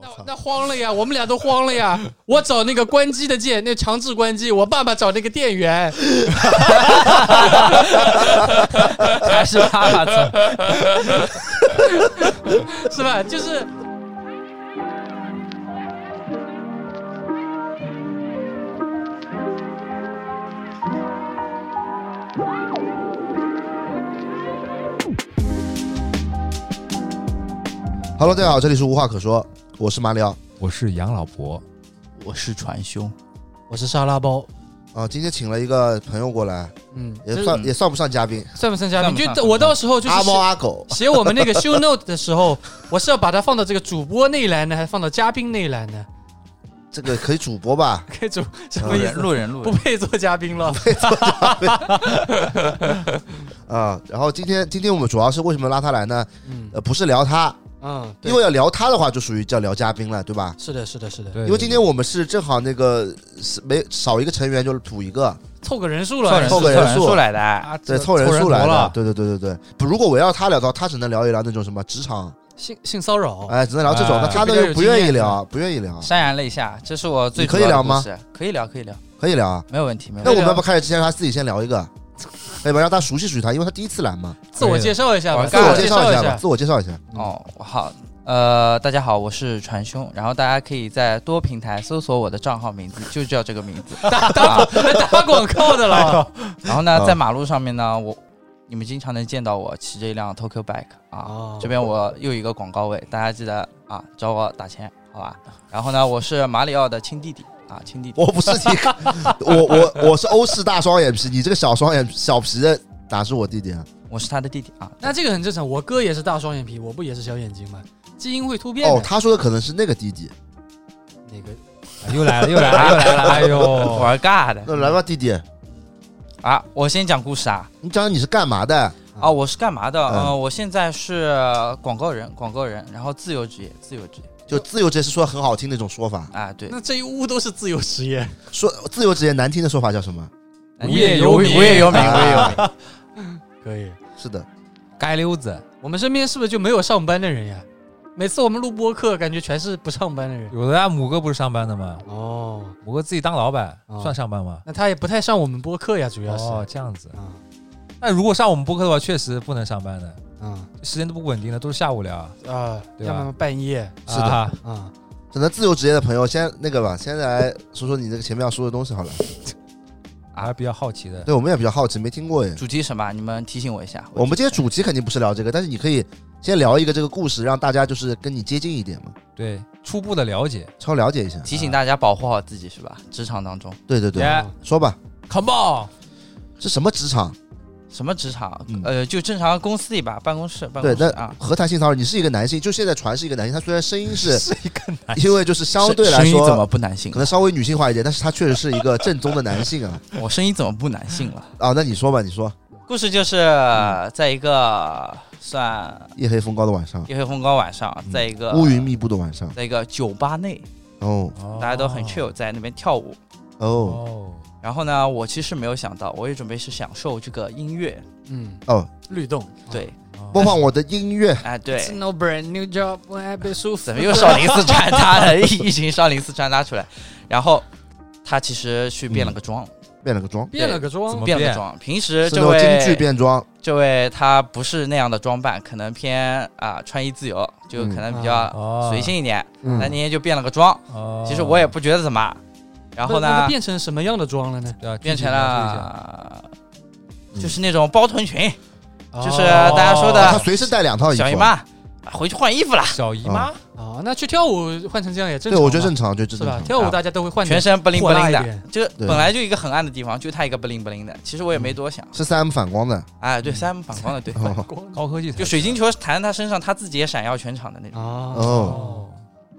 操！那慌了呀，我们俩都慌了呀。 我找那个关机的键，那强制关机；我爸爸找那个电源， 还是爸爸走。 是吧？就是 Hello，大家好，这里是无话可说，我是马里奥我是杨老婆，我是传兄，我是沙拉包，啊。今天请了一个朋友过来，嗯，也这算嗯也算不上嘉宾，算不算嘉宾？算不就算我到时候就是阿猫阿狗。写我们那个 show note 的时候， 我是要把它放到这个主播那一栏呢，还是放到嘉宾那一栏呢？这个可以主播吧？可以主什路么意人思？路人路不人，配做嘉宾了。啊，然后今天今天我们主要是为什么拉他来呢？嗯呃，不是聊他，嗯，对因为要聊他的话，就属于叫聊嘉宾了，对吧？是的，是的，是的，对因为今天我们是正好那个是没少一个成员，就是补一个，凑个人数凑人了。数凑个人人数数来的，啊，对，这凑人数来的多了，。对对对对对。不如果我要他聊到，他只能聊一聊那种什么职场，性性骚扰，哎，只能聊这种，哎那他比较都有不愿经意验聊，不愿意聊，潸然泪下，这是我最你可以主要的聊吗故事？可以聊，可以聊，可以聊啊。没有问题，没有那问我题。们要不开始之前，他自己先聊一 个，要不让他熟悉熟悉他，因为他第一次来嘛，自我介绍一下吧，自对我介介绍一一下吧，自我介绍一下。哦，好，呃，大家好，我是传兄，然后大家可以在多平台搜索我的账号名字，就叫这个名字。啊打广告的了。然后呢，啊在马路上面呢，我你们经常能见到我骑着一辆 Tokyo Bike 哦啊，这边我又一个广告位，大家记得啊找我打钱，好吧？然后呢，我是马里奥的亲弟弟啊，亲弟弟我不是你， 我我我是欧式大双眼皮，你这个小双眼小皮的哪是我弟弟啊？我是他的弟弟啊。那这个很正常，我哥也是大双眼皮，我不也是小眼睛吗？基因会突变的。哦，他说的可能是那个弟弟。那个哎又来了，又来了，又来了！哎呦，玩尬那的来吧，弟弟，啊！我先讲故事啊你讲讲你是干嘛的？啊！我是干嘛的？嗯呃，我现在是广告人，广告人，然后自由职业，自由职业就自由职业是说很好听的一种说法，啊，对，那这一屋都是自由职业，说自由职业难听的说法叫什么？无无业游民无业游民，无业游民。啊 可以。 是的，街溜子我们身边是不是就没有上班的人呀？每次我们录播客，感觉全是不上班的人。有的啊，母哥不是上班的吗？哦，母哥自己当老板，啊哦算上班吗？那他也不太上我们播客呀，主要是。哦，这样子。啊那如果上我们播客的话，确实不能上班的，啊时间都不稳定的，都是下午聊啊。啊！对要吧不然半夜是的啊，啊，只能自由职业的朋友先那个吧，先来说说你这个前面要说的东西好了。还是比较好奇的。对，我们也比较好奇，没听过耶。主题什么？你们提醒我一下。我们今天主题肯定不是聊这个，但是你可以先聊一个这个故事，让大家就是跟你接近一点嘛，对，初步的了解。稍了解一下。提醒大家保护好自己是吧？职场当中对对对， Yeah 说吧， Come on，是什么职场？什么职场嗯？呃，就正常公司里吧，办公室办对公，室那啊，何谈性骚扰？你是一个男性，就现在传是一个男性，他虽然声音 是，是一个男因为就是相对来声音怎说么不男性啊可？能稍微女性化一点，但是他确实是一个正宗的男性啊。我声音怎么不男性了？啊，那你说吧，你说故事就是嗯在一个算夜黑风高的晚上，夜黑风高晚上，在一个嗯乌云，密布的晚上，在一个酒吧内，哦哦大家都很 chill 在那边跳舞。哦哦，然后呢，我其实没有想到，我也准备是享受这个音乐，嗯，哦，律动。啊对，哦播放我的音乐。哎对 It's，no brand new job，我还被舒服。怎么又少林寺穿插了一群少林寺穿插出来？然后他其实去变了个装，变了个妆，变了个妆？怎么变了个变装。平时是这那种京剧位变装，这位他不是那样的装扮，可能偏啊穿衣自由，就可能比较哦随。性一点。嗯那今天就变了个装，哦其实我也不觉得怎么。然后那呢个，变成什么样的妆了呢？对啊具变体成描述一下了嗯就是那种包臀裙，就是哦大家说哦的他随身带两套衣服小姨啊。妈啊回去换衣服了，小姨妈，哦，那去跳舞换成这样也正对，常嘛，我觉得正常，我觉得这是正吧？常。跳舞大家都会换成全身不灵不灵火辣一的点，就对本来就一个很暗的地方，就他一个不灵不灵的。其实我也没多想，是三 M 反光的，哎，对，三反光的，对，嗯哦光高科技才就水晶球弹在他身上，他自己也闪耀全场的那啊种。哦哦哦，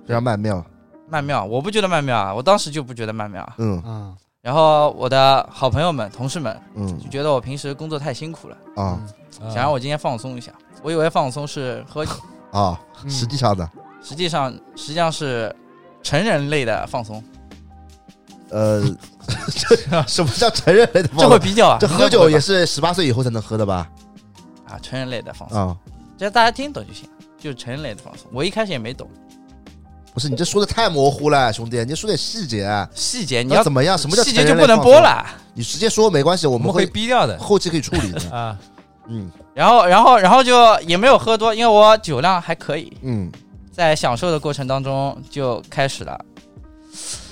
非常曼妙。曼妙，我不觉得曼妙啊，我当时就不觉得曼妙啊。嗯啊然后我的好朋友们、同事们嗯就觉得我平时工作太辛苦了，啊嗯想让我今天放松一下。我以为放松是喝 酒，啊，嗯实际上的，实际上实际上是成人类的放松， 呃，这什么叫成人类的这暴会力？比较啊，这喝酒也是是十八岁以后才能喝的吧？啊，成人类的放松，啊，只要大家听懂就行，就是成人类的放松。我一开始也没懂，不是你这说的太模糊了，兄弟，你说点细节。细节你那要怎么样？什么叫细节成就人不能类放播松？了你直接说没关系，我我们们会会逼掉的后期可以处理的。啊。嗯然后，然后，然后就也没有喝多，因为我酒量还可以，嗯，在享受的过程当中就开始了。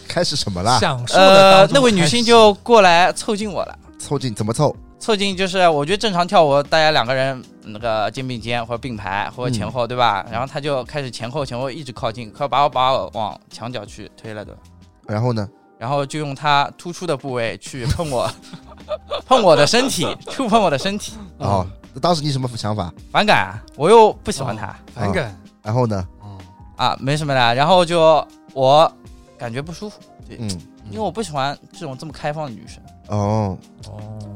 开始什么啦？享受的呃当，中那位女性就过来凑近我了，凑近怎么凑？凑近就是我觉得正常跳舞，大家两个人那个肩并肩或者并排或者前嗯后，对吧？然后她就开始前后前后一直靠近，靠把我把我往墙角去推了的，然后呢？然后就用她突出的部位去碰我， 碰我的身体， 触碰我的身体，哦，当时你什么想法？反感啊，我又不喜欢她。反感。然后呢？嗯，啊，没什么的。然后就我感觉不舒服，嗯，因为我不喜欢这种这么开放的女生。哦，哦，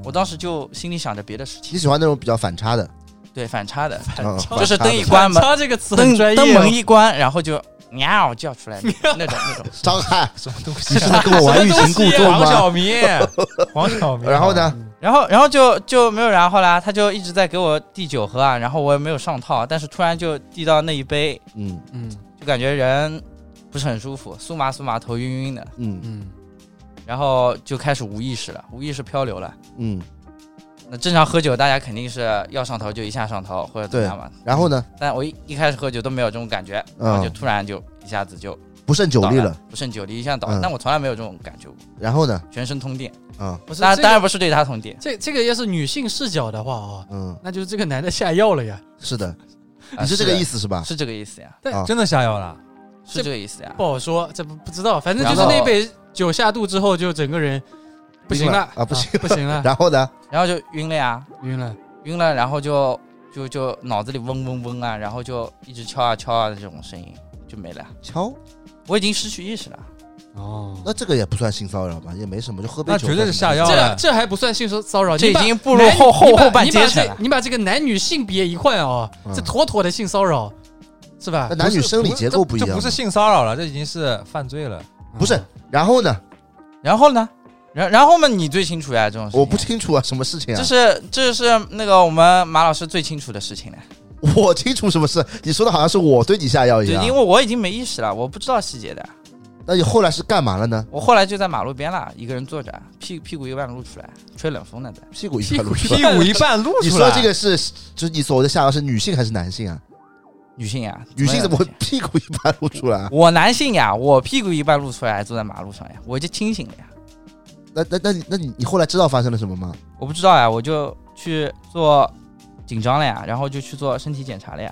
我当时就心里想着别的事情，你喜欢那种比较反差的，对反差 的，嗯差就是灯一反差的关门，他这个词很灯专业哦。灯门一关，然后就喵叫 出来那种那种那种。伤害，什么东 西你是在跟我玩欲擒故纵黄吗？晓明，黄晓明。然后呢？然后然后就就没有然后啦，他就一直在给我递酒喝啊，然后我也没有上套，但是突然就递到那一杯，嗯嗯就感觉人不是很舒服，酥麻酥麻，头晕晕的，嗯嗯，然后就开始无意识了，无意识漂流了。嗯，那正常喝酒，大家肯定是要上头就一下上头或者怎么样嘛。然后呢？但我一一开始喝酒都没有这种感觉，嗯然后就突然就一下子就不胜酒倒力了。，不胜酒力一下倒嗯。了但我从来没有这种感觉，然后呢？全身通电。嗯不是，当然，这当个然不是对他通电，这这个要是女性视角的话啊，嗯，那就是这个男的下药了呀。是的，啊你是这个意思，思是吧？是这个意思呀，啊真的下药了，是这个意思呀。不好说，这不不知道，反正就是然后那杯酒下肚之后，就整个人不行了晕了啊不行不行了， 然后呢？然后就晕了呀，晕了。晕了，然后就就就脑子里嗡嗡嗡啊，然后就一直敲啊敲啊的这种声音就没了。敲，我已经失去意识了，哦那这个也不算性骚扰吧？也没什么，就喝杯那酒。绝对是下药这了。这还不算性骚扰，这哦你已把经步入男后后你把后半你阶把层这了。你把这个男女性别一换哦嗯，这妥妥的性骚扰，是吧那？男女生理结构不不一是样这吗。不是性骚扰了，这已经是犯罪了。不是，然后呢？然后呢？然然后嘛，你最清楚呀，这种事情我不清楚啊，什么事情啊这？是这是那个我们马老师最清楚的事情了，我清楚什么事？你说的好像是我对你下药一对，样因。为我已经没意识了，我不知道细节的。那你后来是干嘛了呢？我后来就在马路边了，一个人坐着，屁屁股一半露出来，吹冷风呢在。屁股一块露屁股出来。屁股一 半露出来。你说这个是，就是你所谓的下药是女性还是男性啊？女性呀，女性怎么会能有？屁股一半露出来啊？我男性呀，我屁股一半露出来，坐在马路上呀，我就清醒了呀。那那那你那你你后来知道发生了什么吗？我不知道呀，我就去做紧张了呀，然后就去做身体检查了呀。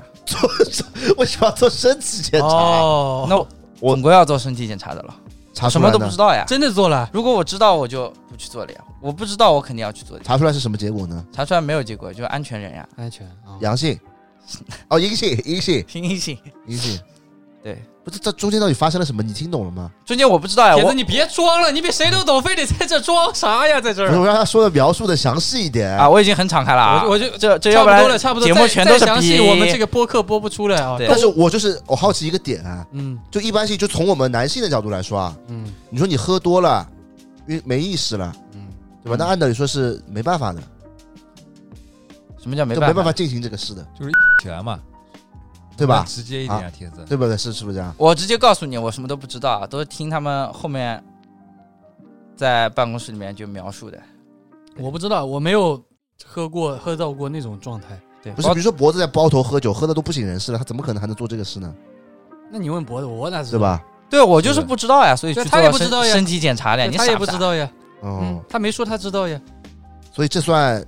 为什么要做身体检查？哦，那我我总归要做身体检查的了，查出什来呢么都不知道呀。真啊的做了，如果我知道，我就不去做了呀。我不知道，我肯定要去做的。查出来是什么结果呢？查出来没有结果，就安全人呀，安全啊阳性，哦，阴性，阴性，醒醒。阴性。对，不是这中间到底发生了什么？你听懂了吗？中间我不知道呀，铁哎我子，你别装了，你比谁都懂，非得在这装啥呀？在这儿不啊是，，我让他说的描述的详细一点啊，。我已经很敞开了啊，我我就这这差要不不然多了，差不多。节目再全都是再详逼细，我们这个播客播不出来啊。对但是我就是我好奇一个点啊，嗯就一般性，就从我们男性的角度来说啊，嗯你说你喝多了，因为没意识了，嗯，对吧？那按道理说是没办法的，什么叫没就办没办法进行这个事的，起来嘛，对吧？直接一点啊，铁子。对不对？是是不是这样？我直接告诉你，我什么都不知道，都是听他们后面在办公室里面就描述的。我不知道，我没有喝过喝到过那种状态。对，不是，包比如说脖子在包头喝酒，喝的都不省人事了，他怎么可能还能做这个事呢？那你问博子，我哪知对道？吧？对我就是不知道呀，所以去对做他也不身知道呀身体检查了呀，你他傻也不傻知？道呀，嗯哦，，他没说他知道呀。所以这算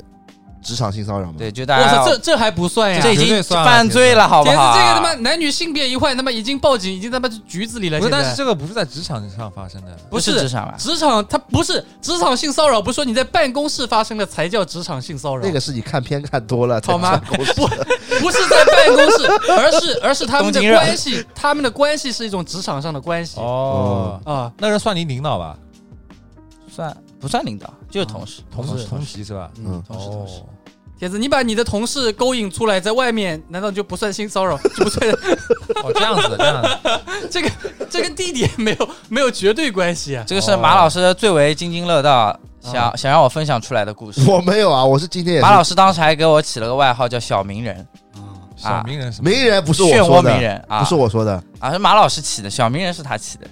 职场性骚扰吗？对，啊就我大家操，这这还不算呀！这已绝对经算了犯罪了，好不简直好？这个他妈男女性别一换，他妈已经报警，已经他妈是局子里了。不现是，在但是这个不是在职场上发生的，不不是是职啊场吧？职场，他不是职场性骚扰，不是说你在办公室发生的才叫职场性骚扰，那个是你看片看多了，好吗才知道公司？不是在办公室，而是 而是他们的东京人关系，他们的关系是一种职场上的关系哦，啊。那人算你领导吧，算不算领导？就是同事，哦同同事事同级是吧？嗯，同事，同事。铁子，你把你的同事勾引出来，在外面，难道就不算性骚扰？就不算 哦，这样子的，这样子 啊的。这个这跟地点没有没有绝对关系啊。这个是马老师最为津津乐哦道，想想让我分享出来的故事。我没有啊，我是今天也是马老师当时还给我起了个外号叫“小名人”，小名人什么？名人不是我漩说涡的，鸣人啊，不是我说的，啊，是马老师起的，小名人是他起的。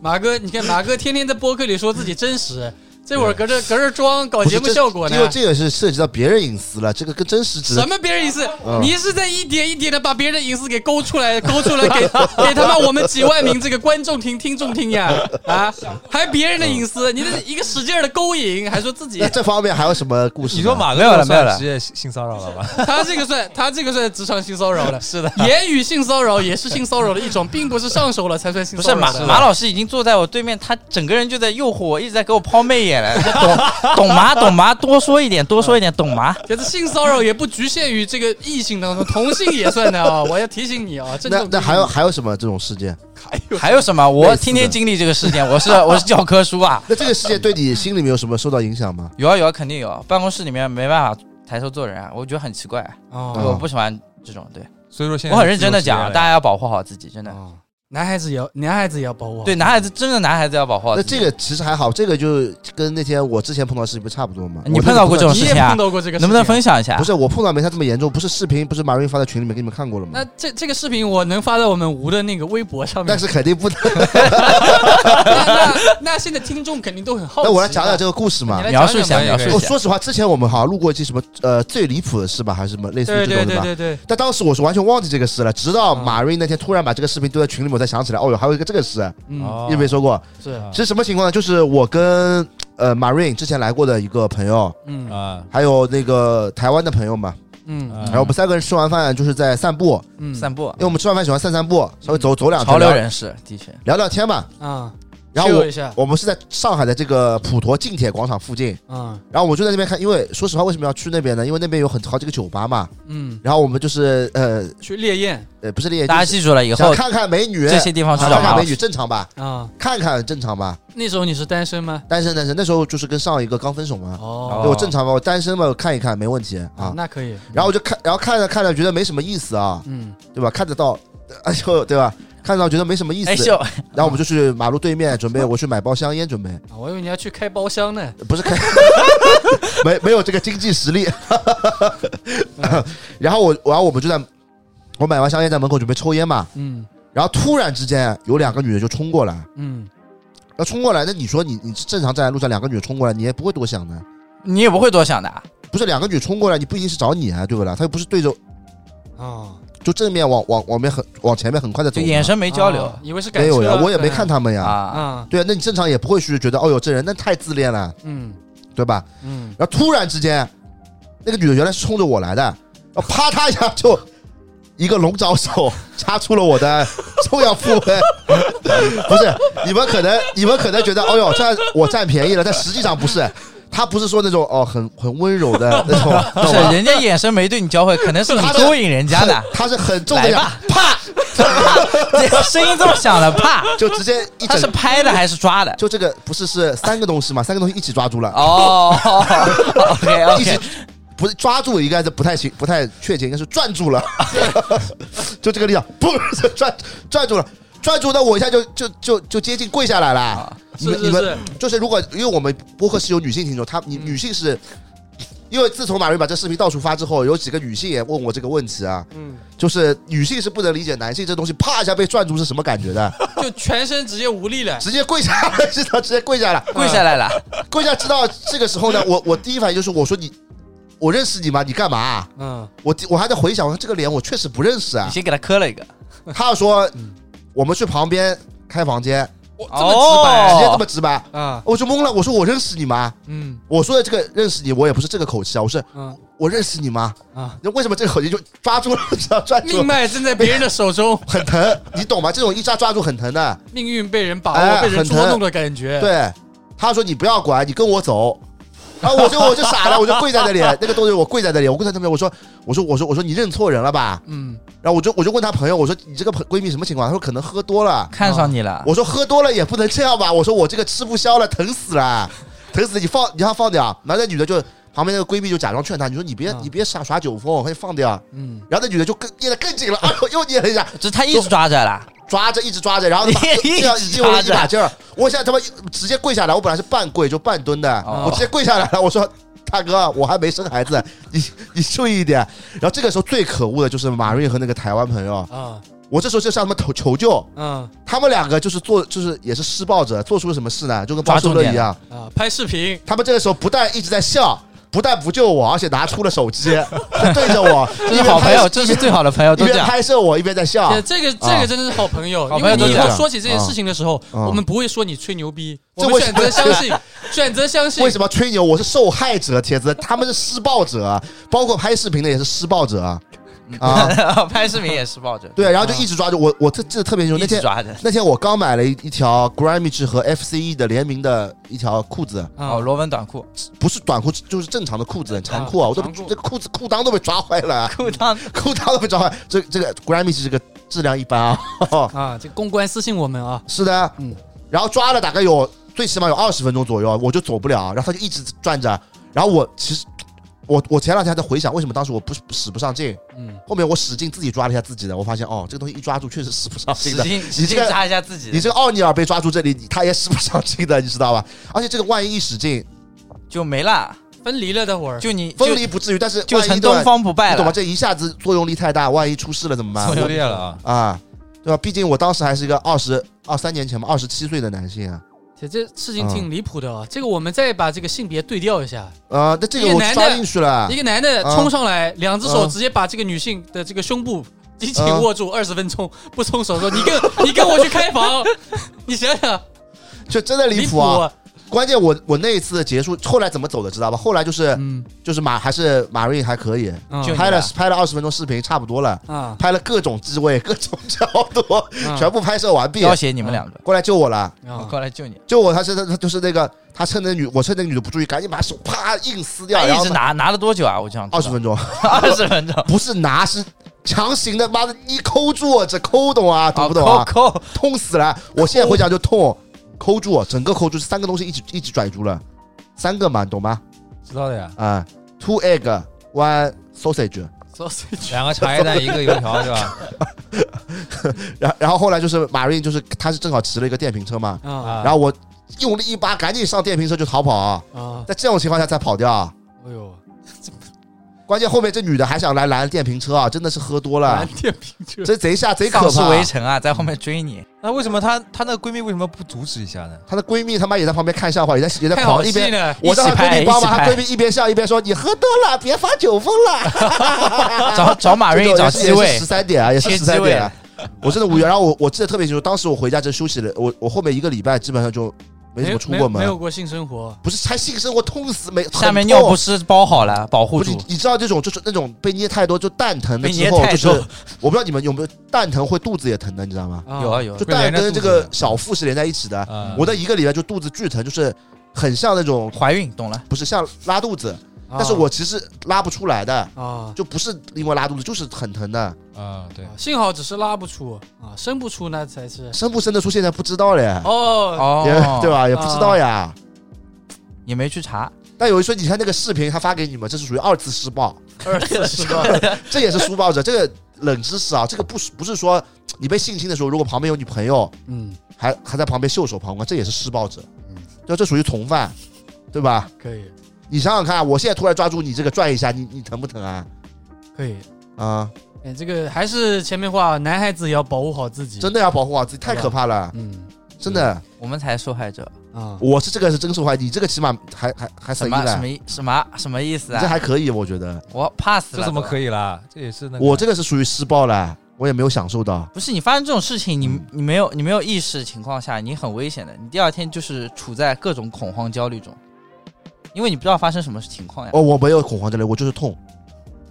马哥，你看马哥天天在播客里说自己真实，这会儿隔着隔着妆搞不是节目这效果呢因。为这个是涉及到别人隐私了，这个跟真实值什么别人隐私？嗯你是在一点一点的把别人的隐私给勾出来， 勾出来 给给他妈我们几万名这个观众听听众听呀啊！还别人的隐嗯私，你这一个使劲的勾引，还说自 己那这方面还有什么故事呢？你说马哥没有了要算没有了职业性骚扰了吧？他这个算他这个算职场性骚扰了，是的，言语性骚扰也是性骚扰的一种，并不是上手了才算性不是骚马扰。马老师已经坐在我对面，他整个人就在诱惑我，一直在给我抛媚 眼了。懂懂吗？懂吗？多说一点，多说一点， 懂哎吗？其实性骚扰也不局限于这个异性当中，同性也算的啊！ 我要提醒你啊，郑那重那提醒还有你还有什么这种事件？还有什么？类似我的天天经历这个 事件，我是我是教科书啊。那这个事件对你心里面有什么受到影响吗？有啊有啊，肯定有啊。办公室里面没办法抬头做人啊，我觉得很奇怪啊，嗯哦我不喜欢这种。对所以说现在我很认真的自由讲，职业了大家要保护好自己，真的。哦，男孩子也要男孩子也要保护好。对，男孩子真的男孩子要保护好那自己。这个其实还好，这个就跟那天我之前碰到的事情不差不多吗？你我那碰个到过这种你事也情啊碰到过这个事情啊，能不能分享一下？不是我碰到没他这么严重，不是视频，不是马瑞发在群里面给你们看过了那吗？这这个视频我能发到我们吴的那个微博上面，但是肯定不能。那 那那现在听众肯定都很好奇。啊那我来讲讲这个故事嘛你。来描述一下，讲讲描吧述我一下。说实话，之前我们好像录过一期什么呃最离谱的事吧，还是什么类似于对这对种的对吧？对对，但当时我是完全忘记这个事了，直到嗯马瑞那天突然把这个视频丢在群里面，我才想起来，哦哟，还有一个这个事，嗯，哦你没说过？是，啊啊是什么情况呢？就是我跟呃马瑞之前来过的一个朋友，嗯啊，还有那个台湾的朋友嘛，嗯然后我们三个人吃完饭就是在散步，嗯，散步因为，我们吃完饭喜欢散散步，稍微走走两潮圈，流聊人士的确。聊聊天嘛。啊，然后 cue 我一下，我们是在上海的这个普陀近铁广场附近，嗯然后我就在那边看，因为说实话，为什么要去那边呢？因为那边有很好几个酒吧嘛。嗯，然后我们就是呃去烈焰呃不是猎，大家就是记住了，以想后看看美女，这些地方去想找看马看老美女师。正常吧？啊。看看正常吧？那时候你是单身吗？单身单身，那时候就是跟上一个刚分手嘛，哦对我正常嘛，我单身嘛，我看一看没问题啊。那可以。然后我就看，然后看着看着觉得没什么意思啊，嗯，对吧？看得到， 哎呦，对吧？看得到觉得没什么意思哎，秀，然后我们就去马路对面准 备，我去买包香烟准备，啊我以为你要去开包厢呢。不是开， 没没有这个经济实力。 然后我，然后我们就在，我买完香烟在门口准备抽烟嘛，嗯然后突然之间有两个女的就冲过来，嗯，要冲过来，那你说你你正常站在路上，两个女的冲过来，你也不会多想的。你也不会多想的啊。不是两个女冲过来，你不一定是找你啊，对不啦？她又不是对着，啊，就正面往往往面很往前面很快的走就嘛，眼神没交流哦啊以为是赶没有车呀啊，，我也没看他们呀。嗯啊。啊。对啊，那你正常也不会去觉得，哦哟，这人那太自恋了，嗯对吧？嗯，然后突然之间，那个女的原来是冲着我来的，然后啪嗒一下就一个龙爪手掐出了我的 重要部位。 不是，你们可能你们可能觉得，哦哟，占我占便宜了，但实际上不是。她不是说那种哦，很很温柔 的那种，不懂是，吗？人家眼神没对你交汇，可能是你他的勾引人家的。她是很重的来讲，吧，啪，啪，声 音这么响的，啪，就直接一他是整，拍的还是抓的？就这个不是是三个东西嘛，三个东西一起抓住了，哦，OK 一起 OK，不是抓住应该是不太行，不太确切，应该是攥住 了，就这个力量，嘣， 攥攥住了。攥住那我一下就就就就接近跪下来了啊。你们是你是们是，就是如果因为我们播客是有女性听众，她你嗯女性是，因为自从马云把这视频到处发之后，有几个女性也问我这个问题啊，嗯，就是女性是不能理解男性这东西啪一下被攥住是什么感 觉的，就全身直接无力了。直接跪下来，知道直接跪下来，跪下来了，跪下知道这个时候呢，我我第一反应就是我说你，我认识你吗？你干嘛啊、嗯我我还在回想，我说这个脸我确实不认识你啊。先给他嗯磕了一个，他要说我们去旁边开房间，哇，这么直白直哦接这么直白，啊！我就懵了。我说我认识你吗？嗯我说的这个认识你，我也不是这个口气啊，我是嗯我认识你吗？啊，那为什么这个口气就抓住了， 知道抓住命了脉正在别人的手 中，很疼，你懂吗？这种一抓抓住很疼的。命运被人把哎握、被人很捉疼弄的感觉。对，他说你不要管，你跟我走。然后我就我就傻了，我就跪在那里，那个动作我跪在那里，我跪在那边，我说我说我说我说你认错人了吧？嗯，然后我就我就问她朋友，我说你这个朋闺蜜什么情况？她说可能喝多了。看上你了，我说喝多了也不能这样吧，我说我这个吃不消了，疼死了，疼死了你放你让她放掉。然后那女的就旁边那个闺蜜就假装劝她，你说你别、嗯你别耍耍酒疯，快放掉。嗯，然后那女的就更捏得更紧了，哎呦又捏了一下，这他一直抓着了，抓着一直抓着，然后这样 一直用了一抓把着劲儿，我现在他妈直接跪下来，我本来是半跪就半蹲的，哦我直接跪下来了，我说大哥，我还没生孩子，你你注意一点。然后这个时候最可恶的就是马瑞和那个台湾朋友，啊，我这时候就向他们求求救，嗯他们两个就是做就是也是施暴者，做出了什么事呢？就跟包叔乐一样，啊，拍视频，他们这个时候不但一直在笑。不但不救我，而且拿出了手 机，还对着我，这一是边好朋拍友，这是最好的朋友，一都这边样。拍摄我一边在笑。这个啊这个真的是好朋友，好因朋为友都你以这后样说起这件事情的时候，啊我们不会说你吹牛逼，这我们为什选择么相 信，选择相信为。什么吹牛？我是受害者，铁子，他们是施暴者，包括拍视频的也是施暴者 啊。拍视频也是抱着，对，然后就一直抓住我，我这记得特别清楚。一那直天抓的。那天我刚买了一一条 Grammy 制和 FCE 的联名的一条裤子，哦，啊，罗纹短裤，不是短裤，就是正常的裤子，长裤啊，我都长裤这裤子裤裆都被抓坏了，裤裆裤裆都被抓坏。这这个 Grammy 制这个质量一般啊， 啊，这个公关私信我们啊，是的，嗯然后抓了大概有最起码有二十分钟左右，啊我就走不了，然后他就一直转着，啊然后我其实我我前两天还在回想为什么当时我不使不上劲，嗯，后面我使劲自己抓了一下自己的，我发现哦，这个东西一抓住确实使不上劲使哦的，劲你使这劲个扎一下自己你，这个奥尼尔被抓住这里，你他也使不上劲的，你知道吧？而且这个万一一使劲，就没了，分离了，待会儿就你分就离不至于，但是就万一成对吧东方不败你懂吧？了。这一下子作用力太大，万一出事了怎么作用办？裂了啊！啊，对吧？毕竟我当时还是一个二十二三年前嘛，二十七岁的男性啊。这这事情挺离谱的啊。这个我们再把这个性别对调一下，呃，那这个一个我男的抓进去了一，个男的啊冲上来，两只手啊直接把这个女性的这个胸部紧紧啊握住，二十分钟不松手，说你跟 你跟我去开房， 你想想就真的离离谱啊！关键我我那一次结束后来怎么走的，知道吧？后来就是、嗯，就是马还是马瑞还可以，嗯就拍了你了拍了二十分钟视频，差不多了。啊，拍了各种机位、各种角度，嗯全部拍摄完毕，要挟你们两个，过来救我了！我啊过来救你，救我！他是他他就是那个，他趁那女，我趁那个女的不注意，赶紧把手啪硬撕掉，他然哎一后直拿拿了多久啊？我就想二十分钟， 二十 分钟，不是拿是强行的，妈的你抠住我，这抠懂啊？懂不懂啊啊？扣扣痛死了！我现在回想就痛，抠住我，啊整个抠住，三个东西一起一起拽住了，三个嘛，你懂吗？知道的呀，啊，two egg one sausage，两个茶 叶蛋，一个油条，对吧？然然后后来就是马瑞，就是他是正好骑了一个电瓶车嘛，啊啊，然后我用力一扒，赶紧上电瓶车就逃跑啊。啊！在这种情况下才跑掉啊。哎呦，关键后面这女的还想来拦电瓶车啊，真的是喝多了哎蓝，天平车，这贼吓贼哎可丧尸怕。围城啊，在后面追你，那为什么她她那个闺蜜为什么不阻止一下呢？她的闺蜜他妈也在旁边看笑话，也在也在看哎跑，好一戏边呢，我让她一起闺拍蜜帮忙，一起她拍闺蜜一边笑一边说：“你喝多了，别发酒疯了。”找找马瑞找机位十，三点啊，也是切十机三位点啊。我真的无语。然后我我记得特别清楚，当时我回家就休息了，我我后面一个礼拜基本上就没怎么出过没有门，过性生活，不是才性生活痛死没？下面很尿痛不湿包好了，保护不是住你。你知道这种就是那种被捏太多就蛋疼的被之捏后，太就是多我不知道你们有没有蛋疼会肚子也疼的，你知道吗？啊有啊有啊就，会连蛋着跟肚这子个的小腹是连在一起的。啊，我的一个礼拜就肚子巨疼，就是很像那种怀孕懂了，不是像拉肚子，啊但是我其实拉不出来的，啊，就不是因为拉肚子，就是很疼的，啊，对，幸好只是拉不出啊，生不出那才是生不生得出现在不知道嘞，哦 也 哦，对？吧？也不知道呀。也没去查，但有一说，你看那个视频，他发给你们，这是属于二次施暴，二次施暴， 这也是施暴者，这个冷知识啊，这个不是不是说你被性侵的时候，如果旁边有你朋友，嗯，还还在旁边袖手旁观，这也是施暴者嗯，就这属于从犯，对吧？可以你想想看，啊我现在突然抓住你这个拽一下，你你疼不疼啊？可以，啊，哎，这个还是前面话，男孩子也要保护好自己，真的要保护好自己，太可怕了，嗯真的。我们才受害者。啊，我是这个是真受害，你这个起码还还还什神医么呢什，么意什么什么意思你这啊？还可以，我觉得。我怕死这了，怎么以？可以啦？这也是那个我这个是属于施暴了，我也没有享受到。不是你发生这种事情，你你没有你没有意识的情况下，你很危险的。你第二天就是处在各种恐慌焦虑中，因为你不知道发生什么情况呀。哦，我没有恐慌症类，我就是痛，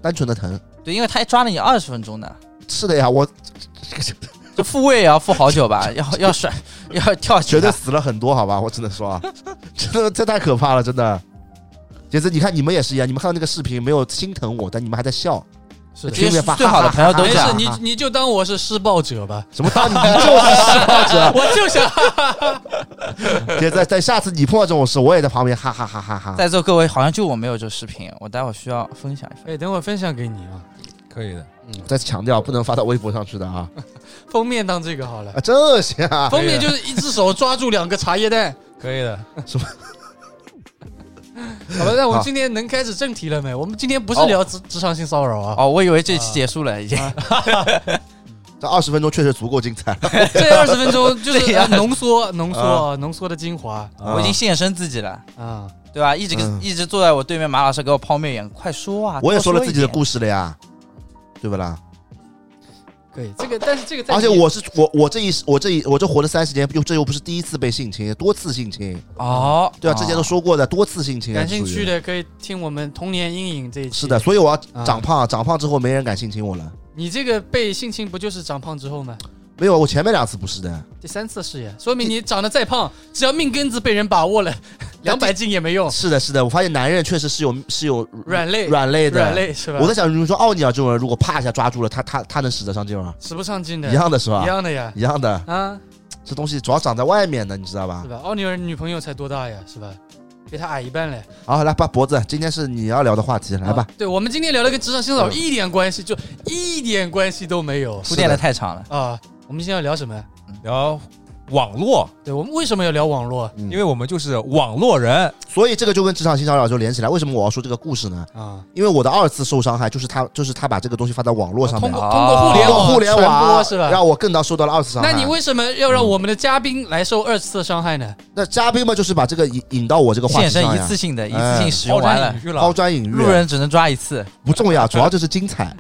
单纯的疼。对，因为他还抓了你二十分钟呢，是的呀，我这复位也要复好久吧？要要甩，要跳起绝对来。死了很多，好吧， 我只能说啊，真的这太可怕了，真的。杰子，你看你们也是一样，你们看到那个视频没有心疼我，但你们还在笑，是群里面发最好的朋友都没这事，样你你就当我是施暴者吧，什么当你就是施暴者。 我就想 杰子，在下次你碰到这种事，我也在旁边哈哈哈哈哈。在座各位好像就我没有这视频，我待会儿需要分享一下。哎，等会儿分享给你啊，可以的，再次强调，不能发到微博上去 的啊！封面当这个好了啊，。真恶心啊！封 面就是一只手抓住两个茶叶蛋，可以的，好吧，那我们好今天能开始正题了没？我们今天不是哦聊职职场性骚扰啊，哦，我以为这期结束了已经。这二十分钟确实足够精彩 了。这二十分钟 就这是呃样浓缩、浓缩、浓缩的精华我已经献身自己了，啊！对吧？一直、嗯一直坐在我对面，马老师给我抛媚眼，快说啊！我也多说说了自己的事，故事了呀，对不啦？可以，这个但是这个在而且你我是我我这一我这一我这活了三十年，又这又不是第一次被性侵，多次性侵，哦，对啊，之前都哦说过的，多次性侵。感兴趣的的可以听我们童年阴影这一期。是的，，所以我要啊长胖，长胖之后没人敢性侵我了。你这个被性侵不就是长胖之后吗？没有，我前面两次不是的，第三次是呀，说明你长得再胖，只要命根子被人把握 了，两百斤也没用，是的，是的，我发现男人确实是有是有哦软肋，软肋的。软肋是吧？我在想，你说奥尼尔这种人，如果啪一下抓住了，他他他能使得上劲吗？使不上劲的，一样的是吧？一样的呀，一样的，啊，这东西主要长在外面的，你知道吧是？吧？奥尼尔女朋友才多大呀，是吧？比他矮一半嘞。好，来吧，脖子，今天是你要聊的话题，来吧。啊对我们今天聊了跟职场性骚扰嗯一点关系，就一点关系都没有是哦铺垫的太长了。啊。我们今天要聊什么？聊网络，对我们为什么要聊网络嗯因为我们就是网络人，所以这个就跟职场性骚扰就连起来。为什么我要说这个故事呢？啊？因为我的二次受伤害就是他，就是他把这个东西发在网络上通面，过啊通过互联通网过哦互联传播网是吧？让我嗯更到受到了二次伤害。那你为什么要让我们的嘉宾来受二次伤害呢？那嘉宾嘛，就是把这个引引到我这个话题现身上一呀次，性的，一哎次性使抛用完砖哦引，玉了抛了。砖引路玉人只能抓一次。不重要，主要就是精彩。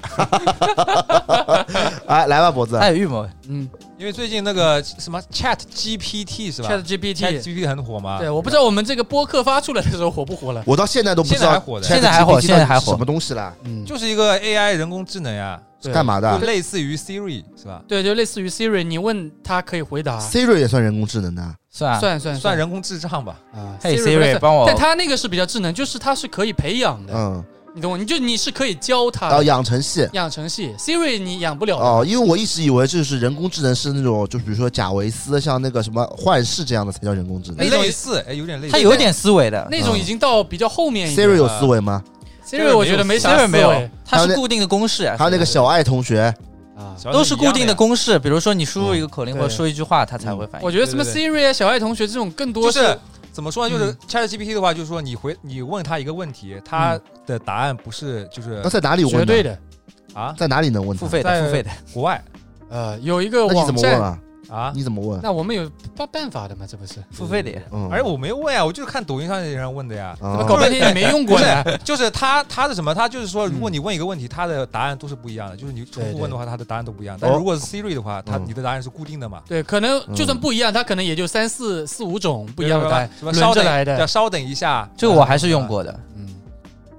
哎，来吧，脖子他，有预谋，嗯因为最近那个什么 Chat GPT 是吧，Chat ？Chat GPT， GPT 很火啊嘛？对，我不知道我们这个播客发出来的时候火不火了。我到现在都不知现在还道火的 ChatGPT 现在还火到底现在还火是什么东西啦？嗯，就是一个 AI 人工智能呀，对干？嘛就的类似于 Siri 是吧？对，就类似于 Siri，你问他可以回答， ？Siri 也算人工智能啊的，算算算算人工智障吧？啊。嘿 Siri 不太 Siri，算帮我但他那个是比较智能，就是他是可以培养的，嗯，你懂我？你就你是可以教他然后的养成系。养成系，Siri 你养不了的。哦，因为我一直以为就是人工智能是那种，就比如说贾维斯，像那个什么幻视这样的才叫人工智能。那种类似，哎，有点类似。他有点思维的。那种已经到比较后面一点 Siri 有思维吗？ Siri 我觉得没啥思 Siri 维没有，还它有那是固定的公式啊，还有那个小爱同学，啊。小都是固定的功，公式。比如说你输入一个口令嗯或者对说一句话，它才会反应。我觉得什么对 Siri 啊、小爱同学这种更多就是怎么说呢？就是嗯 Chat GPT 的话，就是说你回你问他一个问题，嗯他的答案不是就是那在哪里问呢？绝对的。啊在哪里能问他？嗯付费在的，付费的。嗯国外呃，有一个那你网怎么问站，啊？啊。你怎么问？那我们有办办法的嘛？这不是？付费的呀，嗯，哎而我没问啊呀，我就是看抖音上的人问的呀。啊怎么搞半天也没用过呢？就是他他是什么？他就是说，如果你问一个问题，他的答案都是不一样的。就是你嗯重对复对问的话，他的答案都不一样。但哦如果是 Siri 的话，他嗯你的答案是固定的嘛？对，可能就算不一样，它可能也就三四四五种不一样的答案什么轮稍着等来的要。稍等一下，这个我还是用过的，嗯，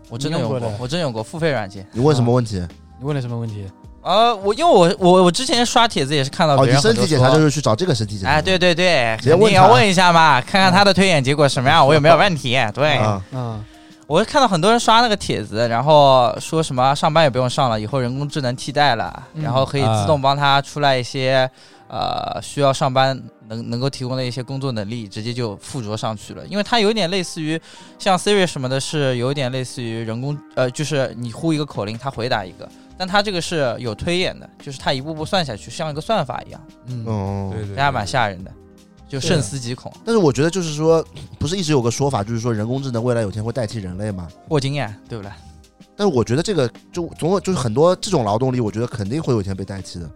我真的用你用过过的，我真用过付费软件。你问什么 问题？你问了什么问题？呃，我因为我我我之前刷帖子也是看到哦，别你人身很体多检查就啊说，是去找这个身体检查。哎，对对对，直接肯问定他要问一下嘛，看看他的推演结果什么样，我有没有问题？对，啊，啊，我看到很多人刷那个帖子，然后说什么上班也不用上了，以后人工智能替代了，嗯然后可以自动帮他出来一些、呃需要上班能能够提供的一些工作能力，直接就附着上去了。因为它有点类似于像 Siri 什么的，是有点类似于人工呃，就是你呼一个口令，它回答一个。但它这个是有推演的，就是它一步步算下去，像一个算法一样，嗯，嗯，对对，大家蛮对吓人的，对就慎的思极恐。但是我觉得就是说，不是一直有个说法，就是说人工智能未来有天会代替人类嘛？霍金呀，对不对？但是我觉得这个就总有就是很多这种劳动力，我觉得肯定会有一天被代替的，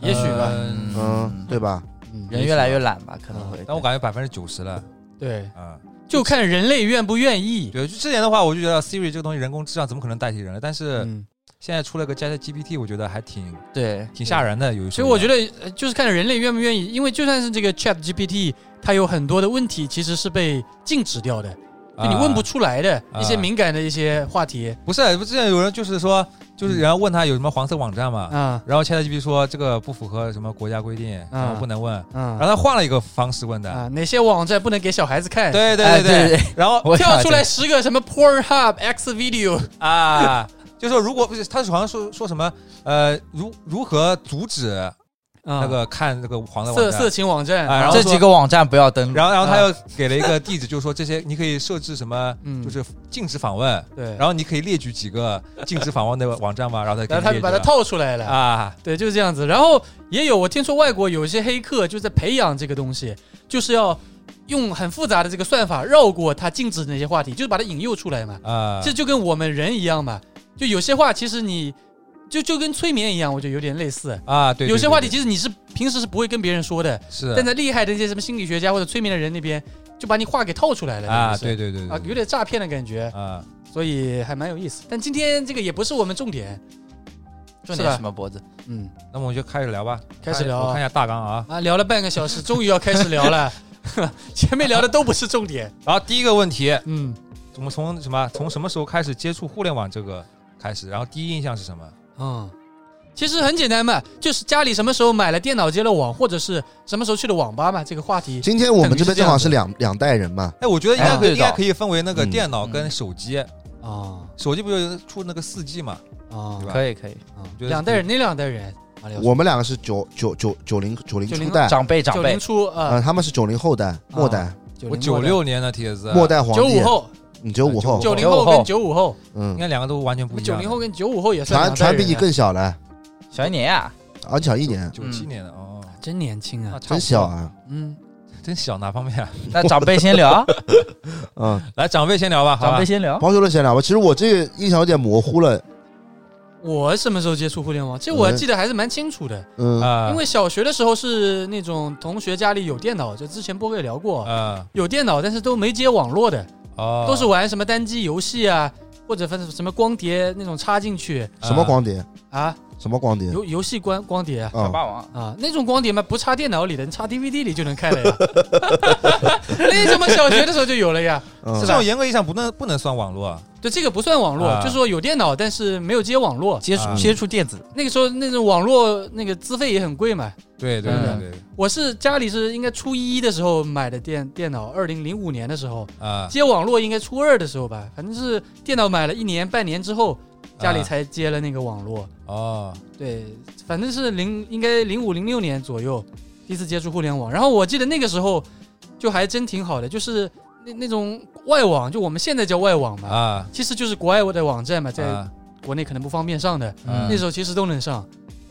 也许吧。嗯嗯，对吧？嗯人越来越懒吧，可能会。但我感觉百分之九十了，对，啊，就看人类愿不愿意。对，就之前的话，我就觉得 Siri 这个东西人工智障怎么可能代替人了？但是嗯，现在出了个 Chat GPT，我觉得还挺对，挺吓人的，有一所以我觉得得呃就是看人类愿不愿意，因为就算是这个 Chat GPT，它有很多的问题其实是被禁止掉的，就你问不出来的啊一些敏感的一些话题不是，不之前有人就是说，就是嗯人家问他有什么黄色网站嘛，啊然后 Chat GPT 说这个不符合什么国家规定，嗯然后不能问，然啊后他换了一个方式问的，啊！哪些网站不能给小孩子看？对哎对对对对，然后我跳出来十个什么 Pornhub、X Video 啊，就说如果不是，他好像说说什么呃，如如何阻止那那个看这个黄色色网色站。情网站啊然后这说几个网站不要登录。然后，然后他又给了一个地址，就是说这些你可以设置什么，嗯就是禁止访问，对，然后你可以列举几个禁止访问的网站嘛，然后他给然后你他列举把它了套出来了。啊，对，就是这样子。然后也有我听说外国有一些黑客就在培养这个东西，就是要用很复杂的这个算法绕过它禁止的那些话题，就是把它引诱出来嘛。啊，这就跟我们人一样嘛，就有些话其实你就就跟催眠一样，我觉得有点类似。啊，对，对有些话题对其实你是平时是不会跟别人说的，对是但在厉害的那些什么心理学家或者催眠的人那边，就把你话给套出来了啊，等于对是对对对啊，有点诈骗的感觉，啊，所以还蛮有意思。但今天这个也不是我们重点，重是点吧是什么脖子？嗯，那么我就开始聊吧，开始聊我看一下大纲啊。啊，聊了半个小时，终于要开始聊 了，前面聊的都不是重点，然后第一个问题，嗯，我们从什么？从什么时候开始接触互联网这个开始？然后第一印象是什么？嗯，其实很简单嘛，就是家里什么时候买了电脑接了网，或者是什么时候去了网吧嘛，这个话题。今天我们这边正好是两两代人嘛，哎，我觉得应该哎可以对的应该可以分为那个嗯电脑跟手机，啊手机不是出那个四 G 嘛？啊对吧可以可以，啊！觉得两代人，那两代人，啊聊我们两个是九九九九零九零90初代，长辈长九辈零，初呃，啊，他们是九零后代末代，我九六六年的帖子，啊末代皇啊帝，九五后，你九五后，九零95后后跟九五后，应嗯，该两个都完全不一九样的。零后跟九五后也算传两代传人啊比你了更小了，小一年啊，啊，你小一年，九七年的哦，真年轻那啊，差不多真小，啊，嗯，真小哪方面啊？ 那长辈先聊，嗯，来，长辈先聊吧，好长吧辈？先聊。包修了闲聊吧。其实我这个印象有点模糊了，我什么时候接触互联网？这我记得还是蛮清楚的，嗯，啊，因为小学的时候是那种同学家里有电脑，就之前波哥也聊过，啊有电脑但是都没接网络的，哦，啊都是玩什么单机游戏啊，或者分什么光碟那种插进去什么光碟？啊，什么光碟？游游戏光光碟啊。小啊，霸王，啊，那种光碟嘛，不插电脑里的，你插 DVD 里就能看了 呀。那什么小学的时候就有了呀。嗯这种严格意义上不能不能算网络啊，对，这个不算网络，啊就是说有电脑，但是没有接网络。接触啊接触电子，那个时候那种网络那个资费也很贵嘛。对对嗯对对我是家里是应该初一的时候买的电电脑，二零零五年的时候啊，接网络应该初二的时候吧，反正是电脑买了一年半年之后，家里啊才接了那个网络。哦，对，反正是零应该零五零六年左右第一次接触互联网，然后我记得那个时候就还真挺好的，就是那那种外网，就我们现在叫外网嘛，啊，其实就是国外的网站嘛，在啊国内可能不方便上的，嗯那时候其实都能上。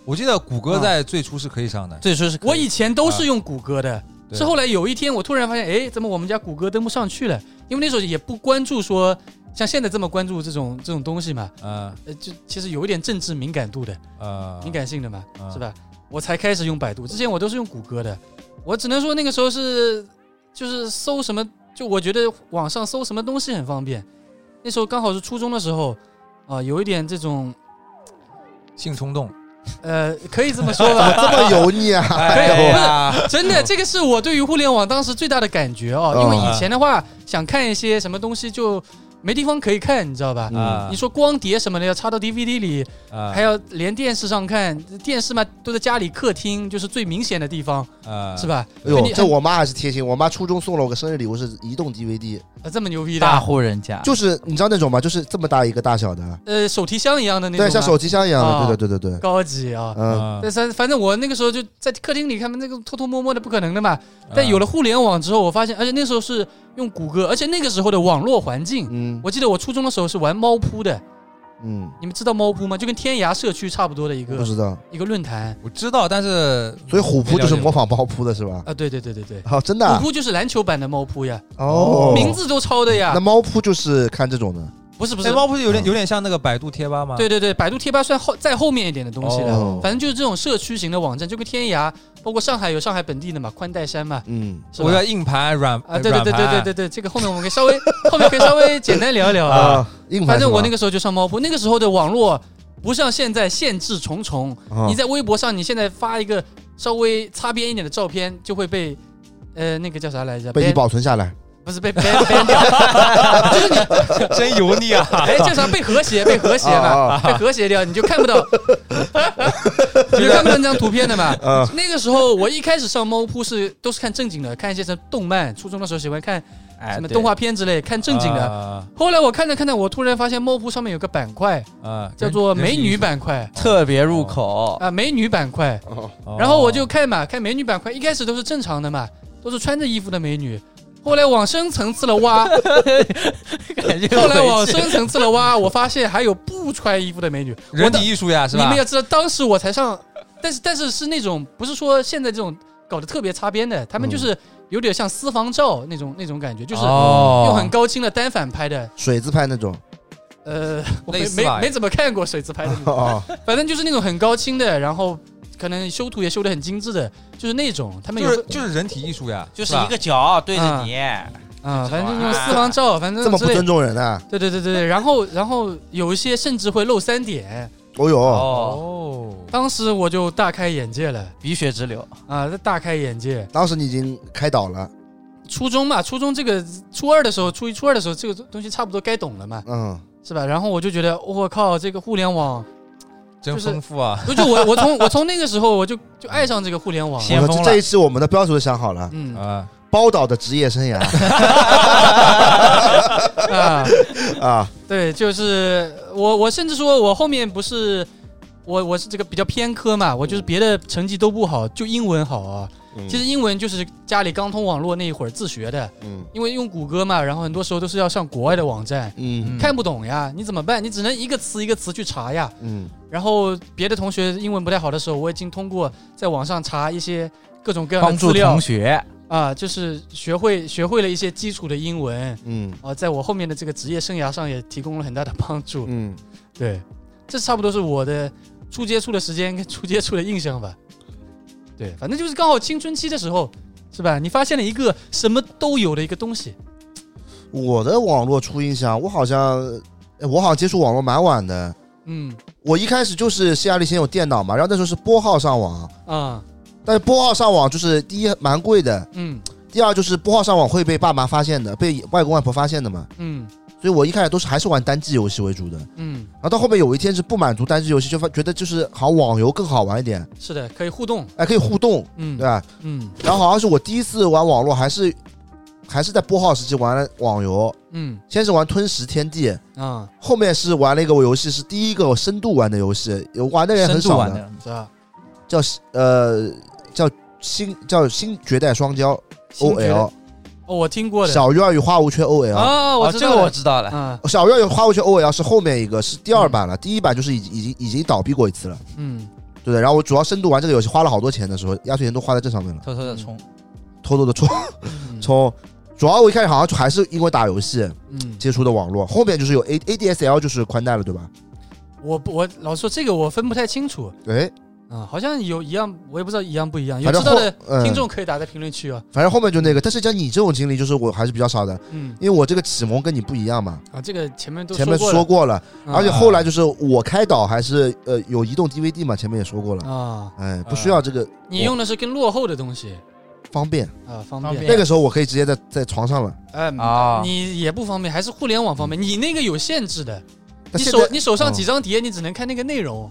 我记得谷啊歌在最初是可以上的，最初是可我以前都是用谷歌的，对是后来有一天我突然发现，哎，怎么我们家谷歌登不上去了？因为那时候也不关注说像现在这么关注这种这种东西嘛，啊呃，就其实有一点政治敏感度的。啊，敏感性的嘛，啊是吧？我才开始用百度，之前我都是用谷歌的。我只能说那个时候是，就是搜什么，就我觉得网上搜什么东西很方便。那时候刚好是初中的时候，啊、有一点这种，性冲动，呃，可以这么说怎么吧。这么油腻啊？哎呦，呀， 真的，这个是我对于互联网当时最大的感觉哦，嗯因为以前的话，想看一些什么东西就没地方可以看，你知道吧？嗯啊嗯你说光碟什么的要插到 DVD 里，啊还要连电视上看，电视嘛都在家里客厅，就是最明显的地方，啊是？吧？哎就呦，你这我妈还是贴心，我妈初中送了我个生日礼物是移动 DVD，啊 这么牛逼大的，户人家，就是你知道那种吗？就是这么大一个大小的，呃，手提箱一样的那种对，吗，像手机箱一样啊的，对对对对对，高级啊。嗯，啊但是反正我那个时候就在客厅里看那个偷偷摸摸的，不可能的嗯嘛。但呃有了互联网之后，我发现，而且那时候是用谷歌，而且那个时候的网络环境，嗯我记得我初中的时候是玩猫扑的，嗯，你们知道猫扑吗？就跟天涯社区差不多的一不嗯个知道，一个论坛我知道，但是所以虎扑就是模仿猫扑的是吧？啊，对对对对对，好，真的虎啊扑就是篮球版的猫扑呀，哦，名字啊都抄的呀那，猫扑就是看这种的，不是不哎，是。猫不是有点嗯有点像那个百度贴吧吗？对对对，百度贴吧算后再后面一点的东西了，哦反正就是这种社区型的网站，就跟天涯，包括上海有上海本地的嘛，宽带山嘛，嗯，是吧我要硬盘软啊，对对对对对对对对，这个后面我们可以稍微 后面可以稍微简单聊一 聊啊。，硬盘反是吧。正我那个时候就上猫扑，那个时候的网络不像现在限制重重，啊你在微博上你现在发一个稍微擦边一点的照片就会被。呃，那个叫啥来着？被你 ban- 保存下来，不是被 ban ban 掉，对， 真油腻啊！哎，叫啥？被和谐，被和谐嘛。啊被和谐掉，你就看 不到，你就看不到那张图片的嘛。啊那个时候我一开始上猫扑是都是看正经的，看一些什么动漫，初中的时候喜欢看哎什么对动画片之类，看 正经啊的。的后来我看着看着，我突然发现猫扑上面有个板块哎啊，叫做美女板块特别入哦口， 啊，美女板块。啊哦，然后我就看嘛，看美女板块，一开始都是正常的嘛，都是穿着衣服的美女。后来往深层次了 挖，感觉后来回往去深层次了挖，我发现还有不穿衣服的美女。我人的体艺术呀，是你吧们？要知道，当时我才上，但是但是是那种不是说现在这种搞得特别擦边的，他们就是有点像私房照那种那种感觉，就是嗯哦用很高清的单反拍的，水字拍那种呃，我类没似没吧没怎么看过水自拍的 那种，哦，反正就是那种很高清的，然后可能修图也修得很精致的，就是那种他们就有是就是人体艺术呀，就是吧一个脚对着嗯你，啊，反正用私房照，反正 这么之不类的尊重人啊！对对对对对，然后然后有一些甚至会露三点，哦哟，哦，哦，当时我就大开眼界了鼻血直流，啊，大开眼界。当时你已经开导了，初中嘛，初中这个初二的时候，初一初二的时候，这个东西差不多该懂了嘛，嗯，是吧？然后我就觉得我靠，这个互联网，真就是丰富啊！就就我我从我从那个时候我就就爱上这个互联网了，先我锋说了这一次我们的标准想好了， 嗯啊，包导的职业生涯啊，啊，对，就是我我甚至说我后面不是我我是这个比较偏科嘛，我就是别的成绩都不好，就英文好啊。嗯其实英文就是家里刚通网络那一会儿自学的，嗯因为用谷歌嘛，然后很多时候都是要上国外的网站，嗯嗯看不懂呀，你怎么办？你只能一个词一个词去查呀。嗯然后别的同学英文不太好的时候，我已经通过在网上查一些各种各样帮的助资料同学，啊，就是学会学会了一些基础的英文嗯啊，在我后面的这个职业生涯上也提供了很大的帮助。嗯，对，这差不多是我的初接触的时间跟初接触的印象吧。对，反正就是刚好青春期的时候，是吧？你发现了一个什么都有的一个东西，我的网络初印象，我好像哎我好像接触网络蛮晚的，嗯我一开始就是希拉里先有电脑嘛，然后那时候是拨号上网，啊但是拨号上网就是第一蛮贵的，嗯第二就是拨号上网会被爸妈发现的，被外公外婆发现的嘛，嗯所以我一开始都是还是玩单机游戏为主的，嗯，然后到后面有一天是不满足单机游戏，就发觉得就是好像网游更好玩一点，是的，可以互动，哎，可以互动，嗯对吧？嗯然后好像是我第一次玩网络，还是还是在拨号时期玩了网游，嗯先是玩《吞食天地》，啊，后面是玩了一个游戏，是第一个我深度玩的游戏，有玩的人深很度少玩的，的，是吧？叫呃叫新叫新绝代双骄星爵 OL，哦，我听过的小鱼儿与花无缺 OL。啊，哦，我这知个道我了知道了，啊，小鱼儿与花无缺 OL 是后面一个，是第二版了。第一版就是已经已经已经倒闭过一次了，嗯对的。然后我主要深度玩这个游戏，花了好多钱的时候，压岁钱都花在这上面了，偷偷的冲，偷偷的 充嗯充。主要我一开始好像还是因为打游戏，嗯，接触的网络，后面就是有 A A D S L 就是宽带了，对吧？我不我老实说这个我分不太清楚哎，啊，好像有一样，我也不知道一样不一样，有反知正道后的嗯听众可以打在评论区啊，反正后面就那个。但是像你这种经历，就是我还是比较少的，嗯因为我这个启蒙跟你不一样嘛。啊，这个前面都前面过说了，过了，啊而且后来就是我开导还是呃有移动 DVD 嘛，前面也说过了，啊，哎，不需要这个你用的是更落后的东西方便。啊，方方便便那个时候我可以直接在在床上了，嗯啊你也不方便，还是互联网方便，你那个有限制的，但你现手在你手上几张碟，你只能看那个内容，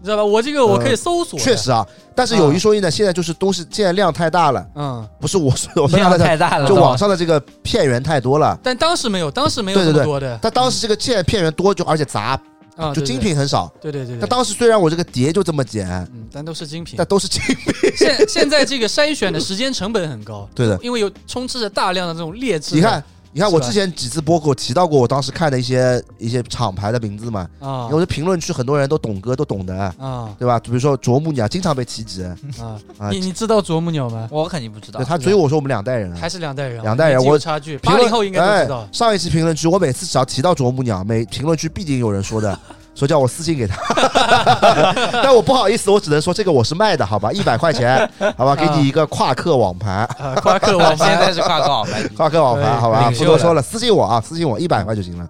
你知道吧？我这个我可以搜索，确，实啊，但是有一说一呢，现在就是东西现在量太大了，嗯，不是我说的量量太大，太大了，就懂吗网上的这个片源太多了。但当时没有，当时没有对这对么对多的但当时这个现在片源多，就而且杂，啊，就对精，品很少。对对对对但对，当时虽然我这个碟就这么剪，嗯，但都是精品但。都是精品。现现在这个筛选的时间成本很高，对的，因为有充斥着大量的这种劣质的。你看，你看是我吧之前几次播客我提到过，我当时看的一些一些厂牌的名字嘛，啊因为我的评论区很多人都懂歌，都懂的，啊对吧？比如说啄木鸟经常被提及， 啊啊！你你知道啄木鸟吗？我肯定不知道对，他追我说我们两代人啊还。是两代人啊，两代人年纪有我差距，评八论零后应该都知道哎。上一期评论区，我每次只要提到啄木鸟，每评论区必定有人说 的，说叫我私信给他。 但我不好意思，我只能说这个我是卖的，好吧，一百块钱，好啊吧，给你一个夸克网盘，嗯啊，夸克我网现在拍是挂告白，夸克网盘，好吧，领袖不的多说了，私信我啊，私信我一百块就行了。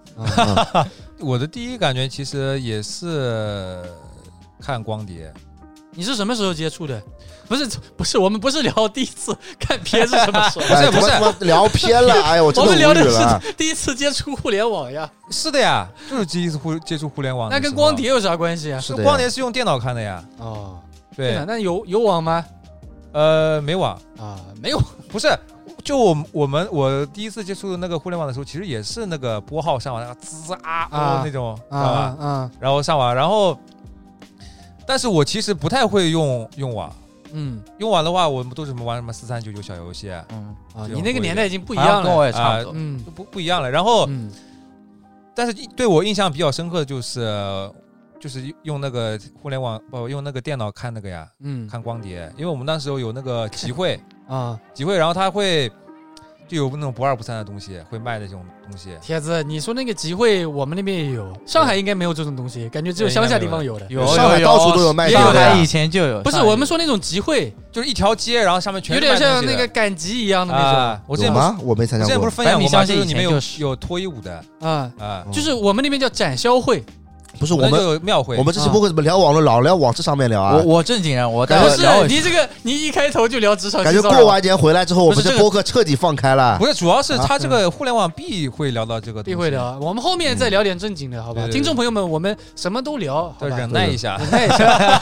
嗯我的第一感觉其实也是看光碟，你是什么时候接触的？不是不是，我们不是聊第一次看片是什么时候，哎不是他妈他妈聊偏 了，哎呀， 我真我的无们语聊的了。是第一次接触互联网呀，是的呀，就是第一次互接触互联网的那时候，跟光碟有啥关系啊？是的呀光碟是用电脑看的呀，哦，对对啊，，那有有网吗？呃，没网，啊，没有不是，就我们我们我第一次接触那个互联网的时候，其实也是那个拨号上网，那个滋啊啊哦那种，知啊道吧？啊，然后上网，然后，但是我其实不太会用用网，嗯用网的话，我们都是什么玩什么四三九九小游戏，嗯，啊，这你种那个不一年样代已经不不一样跟了，我也差不多，嗯就不不一样了。然后，嗯但是对我印象比较深刻的就是，就是用那个互联网不用那个电脑看那个呀，嗯看光碟，因为我们那时候有那个集会， 啊，集会，然后他会就有那种不二不散的东西，会卖那种东西。铁子，你说那个集会，我们那边也有，上海应该没有这种东西，感觉只有乡下地方有的。有上海到处都有卖上这个的呀海以前就有，不是上海我们说那种集会，就是一条街，然后下面全有是点卖东像西的那个赶集一样的那啊，我之有前不是吗？我没参加我之前不过是，分享过吗？百米相就信是你们有以前就是有脱衣舞的种啊，啊，就是我们那边叫展销 会，不是我我们就们有庙会，我们这期播客怎么聊网络，老聊往这上面聊啊我？我正经人，我待不会儿是聊我你这个，你一开头就聊职场感性觉骚扰，过完年回来之后，我们啊不是这这个播客彻底放开了不。是，主要是啊他这个互联网必会聊到这个，必会聊，啊。我们后面再聊点正经的，好吧？嗯对对对听众朋友们，我们什么都聊，好对，吧？忍耐 一下。忍耐一下，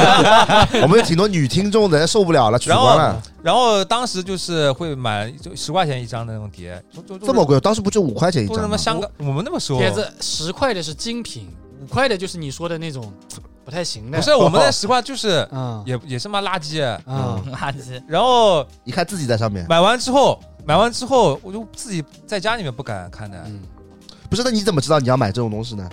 我们有挺多女听众的，受不了了，取然后关了。然后当时就是会买就十块钱一张的那种碟，就就这么贵，当时不就五块钱一都是什张么吗？香港，我们那个时候铁子十块的是精品，五块的就是你说的那种不太行的。不是我们那十块就是嗯也也是妈垃圾， 嗯，垃圾。然后一看自己在上面，买完之后。买完之后，我就自己在家里面不敢看的，嗯，不是？那你怎么知道你要买这种东西呢？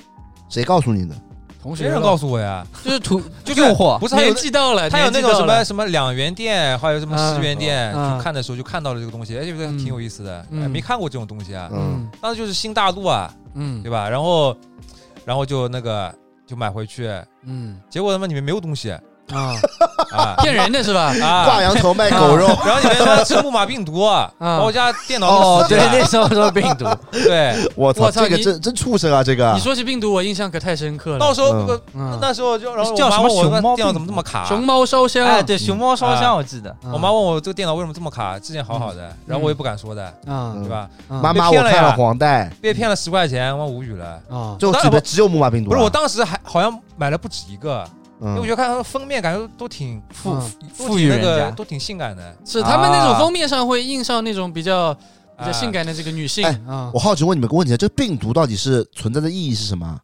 谁告诉你的？同学没人告诉我呀。就是图就是诱惑不是还有年纪到了，他有那年种纪什到了么什么两元店，还有什么十元店，嗯去看的时候就看到了这个东西，哎，觉得挺有意思的，嗯哎没看过这种东西啊。嗯，嗯当时就是新大陆啊，对嗯吧？然后，然后就那个就买回去，嗯结果他妈里面没有东西啊，啊骗人的是 吧？挂啊！羊头卖狗肉，然后里面他妈是木马病毒，啊，把我家电脑哦 都，死对，了那时候说病毒，对。我操，我操这个你真真畜生啊！这个 你说起病毒，我印象可太深刻了。到时候那个嗯那时候就然后我叫妈什么问我熊那猫电脑病怎么这么卡？熊猫烧香，哎，对，熊猫烧啊香我记得，嗯我妈问我这个电脑为什么这么卡？之前好好嗯的，然后我也不敢说的，啊对吧？妈妈妈，被我骗了看呀了黄带，被骗了十块钱，我无语了。啊这种级别只有木马病毒不了。是，我当时还好像买了不止一个，因为嗯我觉得看它的封面，感觉都挺富嗯富富裕那人个家都挺性感的，是他们那种啊封面上会印上那种比较比较啊性。感的这个女性哎啊我，好奇问你们个问题啊，这病毒到底是存在的意义是什么？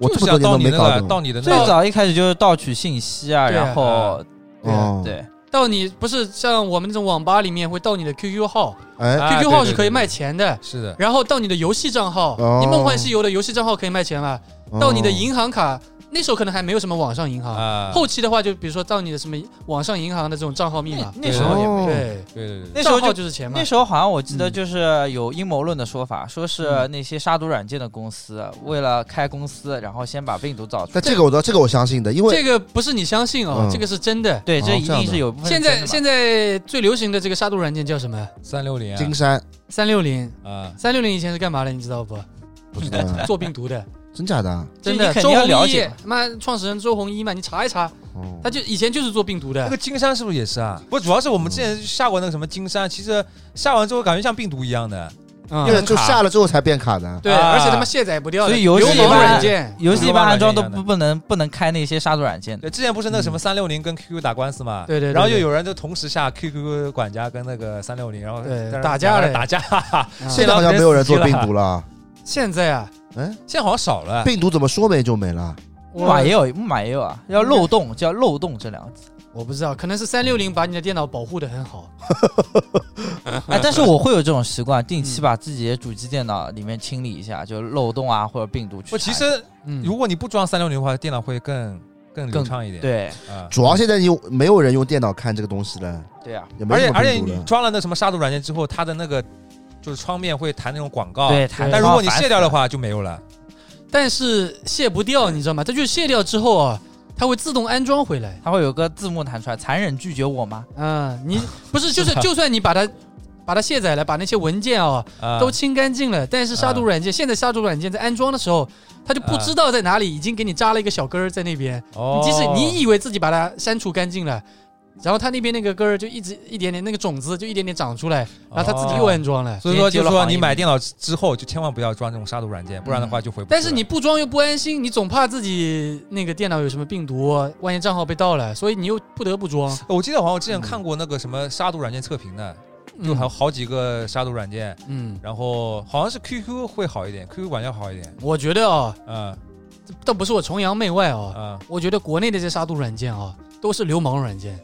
我这就么是多要年都没到你那搞个，懂。到你的那最个早一开始就是盗取信息啊，对啊然后哦，对，到你不是像我们那种网吧里面会盗你的 QQ 号哎，啊，QQ 对号对是对可以对卖钱的。是的，然后到你的游戏账号，哦你《梦幻西游》的游戏账号可以卖钱吧？到你的哦，银行卡，那时候可能还没有什么网上银行，啊，后期的话就比如说到你的什么网上银行的这种账号密码那，那时候也哦没。对，对对对对，那时候账号就就是钱嘛嗯那。时候好像我记得嗯就是有阴谋论的说法，说是嗯那些杀毒软件的公司为了开公司，然后先把病毒造出但来。这个我知道，这个我相信的，因为这个不是你相信哦嗯，这个是真的。对，哦这一这样定的是有一部分现是真在的嘛现在最流行的这个杀毒软件叫什么？三六零金山三六零，啊，三六零以前是干嘛的？你知道不？不知道啊，做病毒 的，真假的啊？真哎这的。你肯周定要鸿了祎解，妈创始人周鸿祎嘛，你查一查，哦他就以前就是做病毒那的个。金山是不是也是啊？不，主要是我们之嗯前下过那个什么金山，其实下完之后感觉像病毒一样的，嗯因为就下了之后才变卡的。对，啊而且他妈卸载不掉的，所以游戏流氓吧软件。游戏流里面氓软安装件都一样的不不能不能开那些杀毒软件的。对，之前不是那个什么三六零跟 QQ 打官司嘛，嗯对对对然后对就有人就同时下 QQ 管家跟那个三六零，然后对在那打架两个人嘞打架， 嗯现在好像没有人做病毒了。现在啊，哎，现在好像少 了，病毒怎么说没就没了？木马我也有，木马也有啊，叫漏洞，叫漏洞这两个 字。我不知道，可能是三六零把你的电脑保护的很好。哎，但是我会有这种习惯，定嗯期把自己的主机电脑里面清理一下，就漏洞啊或者病毒去查不，一下。其实嗯，如果你不装三六零的话，电脑会更更流更畅一点，对啊。主要现在有没有人用电脑看这个东西了？对啊，也没而且什么而且病毒你了装了那什么杀毒软件之后，它的那个就是窗面会弹那种广哦告，对。弹但如窗果你烦卸掉的话就没有了，但是卸不掉，你知道吗？它就是卸掉之后啊，它会自动安装回来。它会有个字幕弹出来：“残忍拒绝我吗 嗯，你不是啊就是就算你把它把它卸载了，把那些文件啊啊，都清干净了，但是杀毒软件现在杀毒软件在安装的时候，它就不啊知道在哪里已经给你扎了一个小根儿在那边。哦即使你以为自己把它删除干净了，然后它那边那个根儿就一直一点点那个种子就一点点长出来，然后它自己又哦安装了。所以说，就是直接丢了说行业你里买电脑之后，就千万不要装这种杀毒软件，不然的话就回嗯不去了。但是你不装又不安心，你总怕自己那个电脑有什么病毒，万一账号被盗了，所以你又不得不装。我记得好像我嗯之前看过那个什么杀毒软件测评的， 就好好几个杀毒软件，嗯，然后好像是 QQ 会好一点，QQ 管家好一点。我觉得啊、嗯倒不是我崇洋媚外啊、嗯，哦我觉得国内的这些杀毒软件啊、都是流氓软件，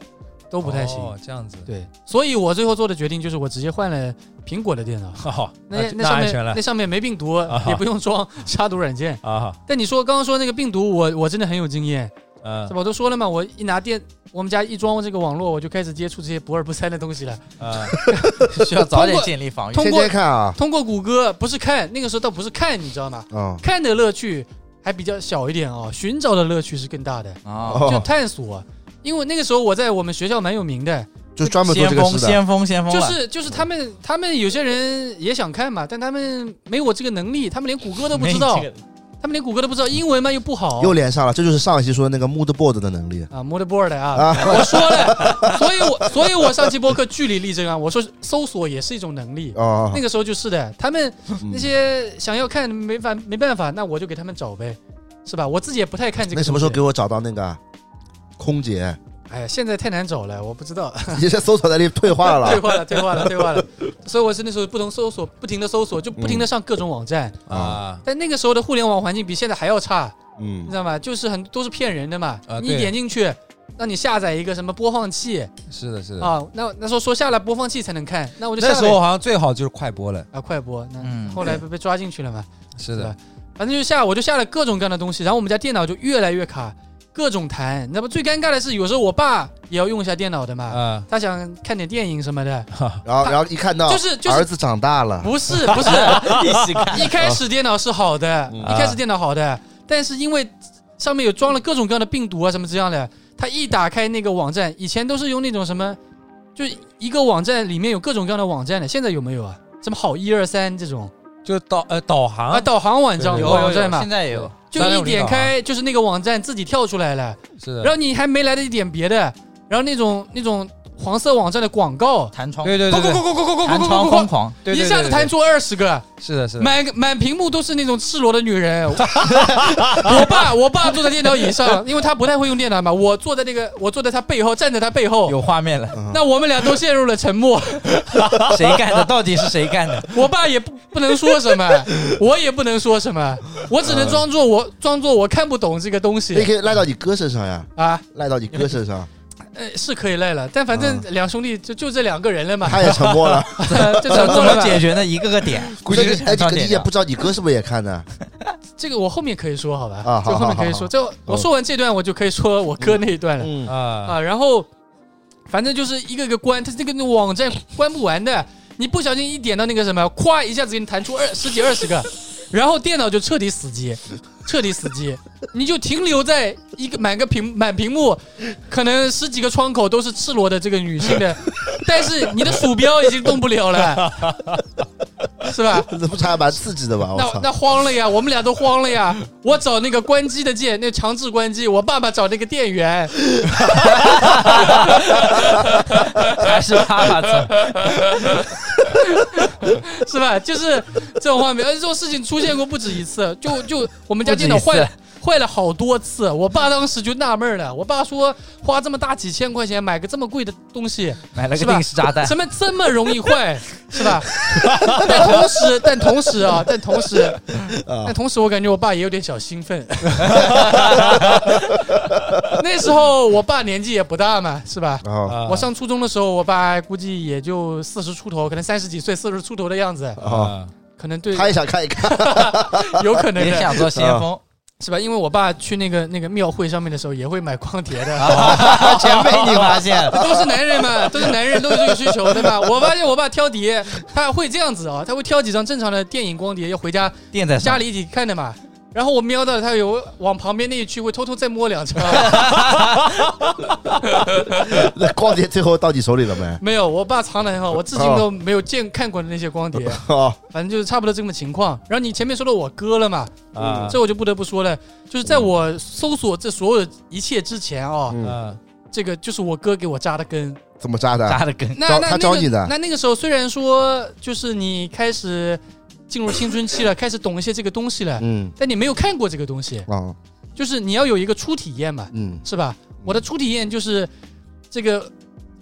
都不太行。哦，这样子，对，所以我最后做的决定就是我直接换了苹果的电脑，好，那啊那那上安面全了那上面没病毒啊，也不用 装杀毒软件。啊，但你说刚刚说那个病毒，我我真的很有经验，嗯是吧？我都说了嘛，我一拿电，我们家一装这个网络，我就开始接触这些不二不三的东西了。嗯，需要早点建立防御通。天过天看啊，通过谷歌，不是看，那个时候倒不是看，你知道吗？嗯，看的乐趣还比较小一点啊、寻找的乐趣是更大的，啊，就哦，探索。因为那个时候我在我们学校蛮有名的，就专门做先这个锋，事的，先锋，先锋就了， 是就是他嗯们他们有些人也想看嘛，但他们没我这个能力，他们连谷歌都不知道没，这个他们连谷歌都不知道，英文嘛又不好又连上了。这就是上一期说的那个 mood board 的能力啊，motherboard 啊，啊，我说了，所以我所以我上期播客据理力争啊，我说搜索也是一种能力。哦那，个时候就是的，他们嗯那些想要看没法没办法，那我就给他们找呗，是吧？我自己也不太看这个。那什么时候给？我找到那个啊空姐？ 哎呀，现在太难找了，我不知道。你这搜索能力退化 了退啦化了，退化了，退化了。所以我是那时候不同搜索，不停的搜索，就不停嗯的上各种网站。啊， 啊，但那个时候的互联网环境比现在还要差，你嗯知道吗？就是很都是骗人的嘛。啊你对点进去，让你下载一个什么播放器是的，是的，啊，那那时候说下了播放器才能看，那我就下那载时候好像最好就是快播了，啊，快播，那、嗯后来不被抓进去了嘛？是是的吧，反正就下，我就下了各种各样的东西，然后我们家电脑就越来越卡，各种弹。那么最尴尬的是，有时候我爸也要用一下电脑的嘛，啊，他想看点电影什么的，然后然后一看到就是就儿是子长大了，不是不是，一起看。 一开始电脑是好的，嗯一开始电脑好的，但是因为上面有装了各种各样的病毒啊什么这样的，他一打开那个网站，以前都是用那种什么，就一个网站里面有各种各样的网站的，现在有没有啊？什么好一二三这种就导呃导啊，航，导航网站啊有网站嘛，现在也有。就一啊点开就是那个网站自己跳出来了，是的，然后你还没来得及点别的，然后那种那种黄色网站的广告，弹窗，对对咕对咕咕咕咕咕咕咕弹咕窗咕疯狂，对，一下子弹弹，出二十个，是的，是的，满满屏幕都是那种赤裸的女人。 我爸我爸坐在电脑椅 上，因为他不太会用电脑嘛，我坐在那个我坐在他背后，站在他背后。有画面 了。嗯那我们俩都陷入了沉 默，谁干的？到底是谁干的？我爸也不不能说什 么，我也不能说什么，我只能装作我装作我看不懂这个东那西可以赖到嗯你哥身上呀，啊。赖到你哥身上，呃，是可以赖了，但反正嗯两兄弟就就这两个人了嘛， 他也沉默了。 这怎怎么怎么解解？决呢？一个个点，估计这个哎，弹窗你点你也不知道你哥是不是也看呢？这个我后面可以说好吧？啊这好后面可以好好说，这我说完这段，我就可以说我哥那一段了、 嗯啊啊。然后，反正就是一个个关，他这个网站关不完的，你不小心一点到那个什么，咵一下子给你弹出二十几二十个， 然后电脑就彻底死机，彻底死机， 你就停留在一个满个屏满屏幕，可能十几个窗口都是赤裸的这个女性的， 但是你的鼠标已经动不了了， 是吧？这不是还蛮刺激的吧？我那操！那慌了呀，我们俩都慌了呀！我找那个关机的键，那强制关机；我爸爸找那个电源，还是爸爸操，是吧？就是这种画面，而且这种事情出现过不止一次。就就我们家不止电脑一次坏了，坏了好多次。我爸当时就纳闷了，我爸说花这么大几千块钱买个这么贵的东西，买了是个吧定时炸弹， 怎么这么容易坏，是吧？但同时，但同时啊，但同时，啊但同时，我感觉我爸也有点小兴 奋。那时候我爸年纪也不大嘛，是吧？然后啊，我上初中的时候，我爸估计也就四十出头，可能三十几岁、四十出头的样子，啊，啊，可能对，他也想看一看， 有可能也的，想做先锋，是吧？因为我爸去那个那个庙会上面的时候，也会买光碟的。 啊全被你发现了。都是男人嘛，都是男人，都有这个需求，对吧？我发现我爸挑碟，他会这样子啊，他会挑几张正常的电影光碟，要回家垫在家里，里一起看的嘛。然后我瞄到他有往旁边那一区，会偷偷再摸两张。那光碟最后到你手里了没？没有，我爸藏的很好，我至今都没有见看过的那些光碟， 哦，反正就是差不多这么情况。然后你前面说到我哥了嘛，啊这我就不得不说了，就是在我搜索这所有一切之前啊、嗯，啊，这个就是我哥给我扎的根。怎么扎的？扎的 根，那招那他那招个你的那那个时候虽然说就是你开始进入青春期了，开始懂一些这个东西了，嗯，但你没有看过这个东西，哦，就是你要有一个初体验嘛，嗯，是吧？我的初体验就是这个。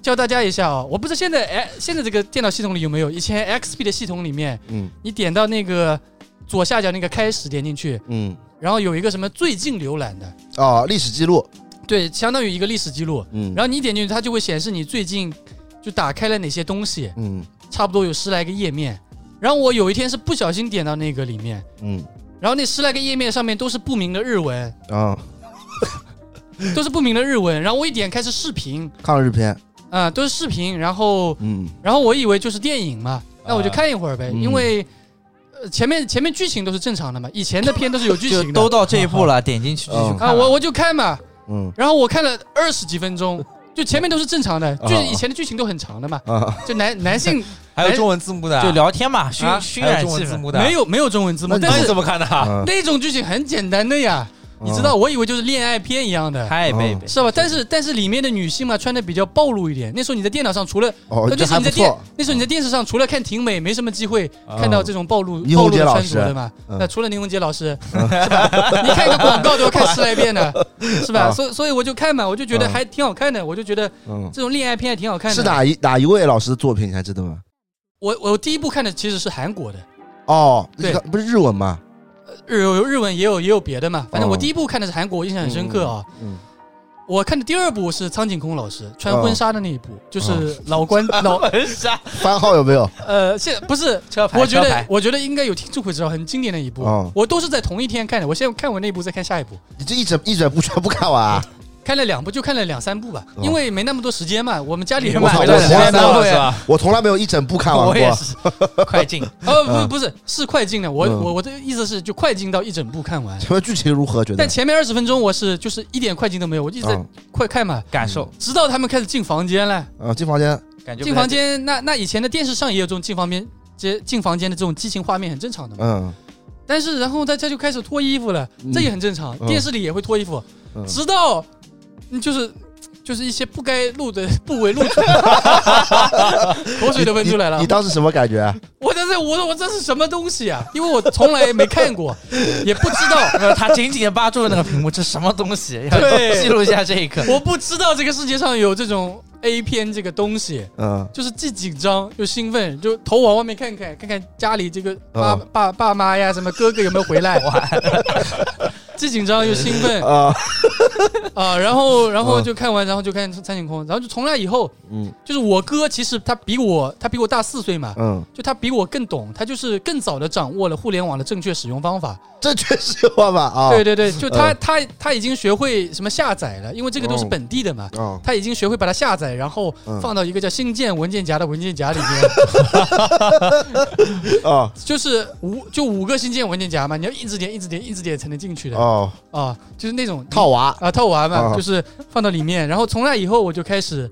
教大家一下啊、我不知道现在哎，现在这个电脑系统里有没有？以前 XP 的系统里面，嗯你点到那个左下角那个开始点进去，嗯，然后有一个什么最近浏览的，哦，历史记录，对，相当于一个历史记录。嗯，然后你一点进去，它就会显示你最近就打开了哪些东西，嗯差不多有十来个页面。然后我有一天是不小心点到那个里面，嗯然后那十来个页面上面都是不明的日文，啊，都是不明的日文。然后我一点开始视频，抗日片，啊、都是视频。然后，嗯然后我以为就是电影嘛，那我就看一会儿啊呗，嗯因为、呃、前面前面剧情都是正常的嘛，以前的片都是有剧情就的，都到这一步了，点进去继续看啊，了。我我就看嘛。嗯然后我看了二十几分钟，就前面都是正常的，啊就是以前的剧情都很长的嘛，啊，就男男 性还有中文字幕的啊，就聊天嘛，啊熏熏还有染中气文字氛。幕的啊，没有没有中文字幕，那但那你是怎么看的啊？啊那种剧情很简单的呀，你知道，我以为就是恋爱片一样的。嗨哦贝贝，是吧？但是但是里面的女性嘛，穿的比较暴露一点。那时候你在电脑上除了，哦，那这就是还你不在电错，，嗯哦那时候你在电视上除了看婷美，没什么机会啊看到这种暴露倪暴虹露洁的老穿着师的嘛。嗯那除了倪虹洁老 师，是吧？你看一个广告都要看十来遍的，是吧？啊所以所以我就看嘛，我就觉得嗯还挺好看的，我就觉得嗯，这种恋爱片还挺好看的。是哪一哪一位老师的作品？你还记得吗？我我第一部看的其实是韩国的，哦，对这个不是日文吗？日有有日文也有也有别的嘛，反正我哦第一部看的是韩国，我印象很深刻啊。嗯，我看的第二部是苍井空老哦师穿婚纱的那一部，就是老关老很傻。番号有没有？呃，现在不是，车牌，我觉车得牌我觉得应该有听众会知道，很经典的一部哦，我都是在同一天看的。我先看完那一部，再看下一部，你这一整一整部全部看完啊？看了两部就看了两三部吧，哦因为没那么多时间嘛，我们家里人我买操回我来从来的。没有对是吧？我从来没有一整部看完我也过。是，快进。呃，不是不是是快进的，我嗯我我的意思是就快进到一整部看完。请问剧情如何？觉得但？前面二十分钟我是就是一点快进都没有，我就一直在嗯快看嘛，感受，直到他们开始进房间了。啊，进房间，感觉进房间，那那以前的电视上也有这种进房间、这进房间的这种激情画面，很正常的嘛。嗯，但是然后他这就开始脱衣服了，嗯这也很正常，嗯电视里也会脱衣服，嗯直到嗯就是就是一些不该露的 部位露出来，口水都喷出来你了你。当时什么感觉？啊我在这，我说我这是什么东西啊？因为我从来没看 过，也不知道， 没有他紧紧的扒住了那个屏幕，这什么东 西？对要记录一下这一刻。我不知道这个世界上有这种 A 片这个东西。嗯，就是既紧张又兴奋，就头往外面看看，看看家里这个爸、哦爸爸妈呀，什么哥哥有没有回来。哇， 既紧张又兴奋啊、啊，然后然后嗯就看完，然后就看苍井空，然后就从那以后，嗯就是我哥其实他比我他比我大四岁嘛，嗯，就他比我更懂，他就是更早的掌握了互联网的正确使用方法。这确实有办法啊。对对对，就他、嗯他他已经学会什么下载了，因为这个都是哦本地的嘛。啊，他已经学会把它下载，然后嗯放到一个叫新建文件夹的文件夹里面，啊就是五就五个新建文件夹嘛，你要一直点一直点一直点才能进去的啊、哦，就是那种套娃啊套娃嘛，啊就是放到里面，然后从那以后我就开始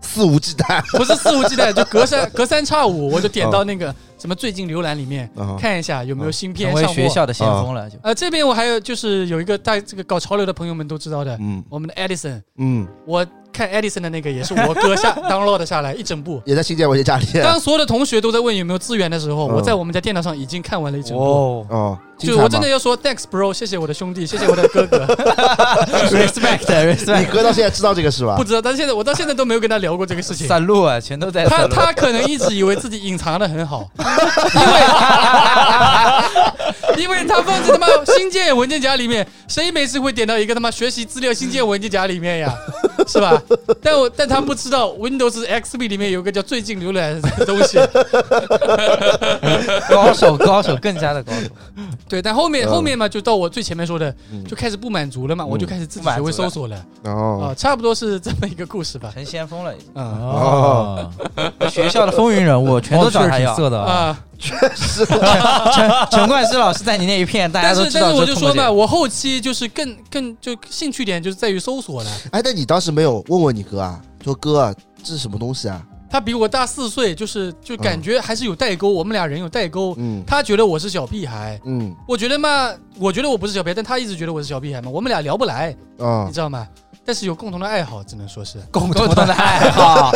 肆无忌惮不是肆无忌惮，就隔三隔三差五我就点到那个什么最近浏览里面、啊，看一下有没有新成片为上嗯学货。校的先锋了，就呃，这边我还有就是有一个大这个搞潮流的朋友们都知道的，嗯我们的 Edison，嗯，我看 Edison 的那个也是我哥下 download 下来一整 部。也在新建文件家里。当所有的同学都在问有没有资源的时候，啊嗯我在我们家电脑上已经看完了一整部。哦哦，就我真的要说 thanks bro，谢谢我的兄弟，谢谢我的哥哥。 ，respect 精彩吗，你 respect，哥到现在知道这个是吧不？知道，但是现在我到现在都没有跟他聊过这个事情。散落啊，全都 在他散落。他可能一直以为自己隐藏的很 好，因为因为他放在他妈新建文件夹里面，谁没事会点到一个他妈学习资料新建文件夹里面 呀，是吧？但我但他不知道 Windows XP 里面有一个叫最近浏览的东 西，高手高手，更加的高手。对。但后面嗯后面嘛，就到我最前面说的，嗯就开始不满足了嘛，嗯我就开始自己不满学足会搜了索了啊，哦，差不多是这么一个故事吧。成先锋了，啊哦哦，嗯学校的风云人哦物全都找他挺要。色的啊，啊！是陈 陈冠希老师在你那一片，大家但都是知但道。是我就说嘛，嘛，我后期就是更更就兴趣点就是在于搜索了。哎，那你当时没有问问你哥啊？说哥，这是什么东西啊？他比我大四岁，就是就感觉还是有代沟，我们俩人有代沟。嗯他觉得我是小屁孩，嗯我觉得嘛，我觉得我不是小屁孩，但他一直觉得我是小屁孩嘛，我们俩聊不来，啊你，知道吗？但是有共同的爱好，只能说是共同的爱 好，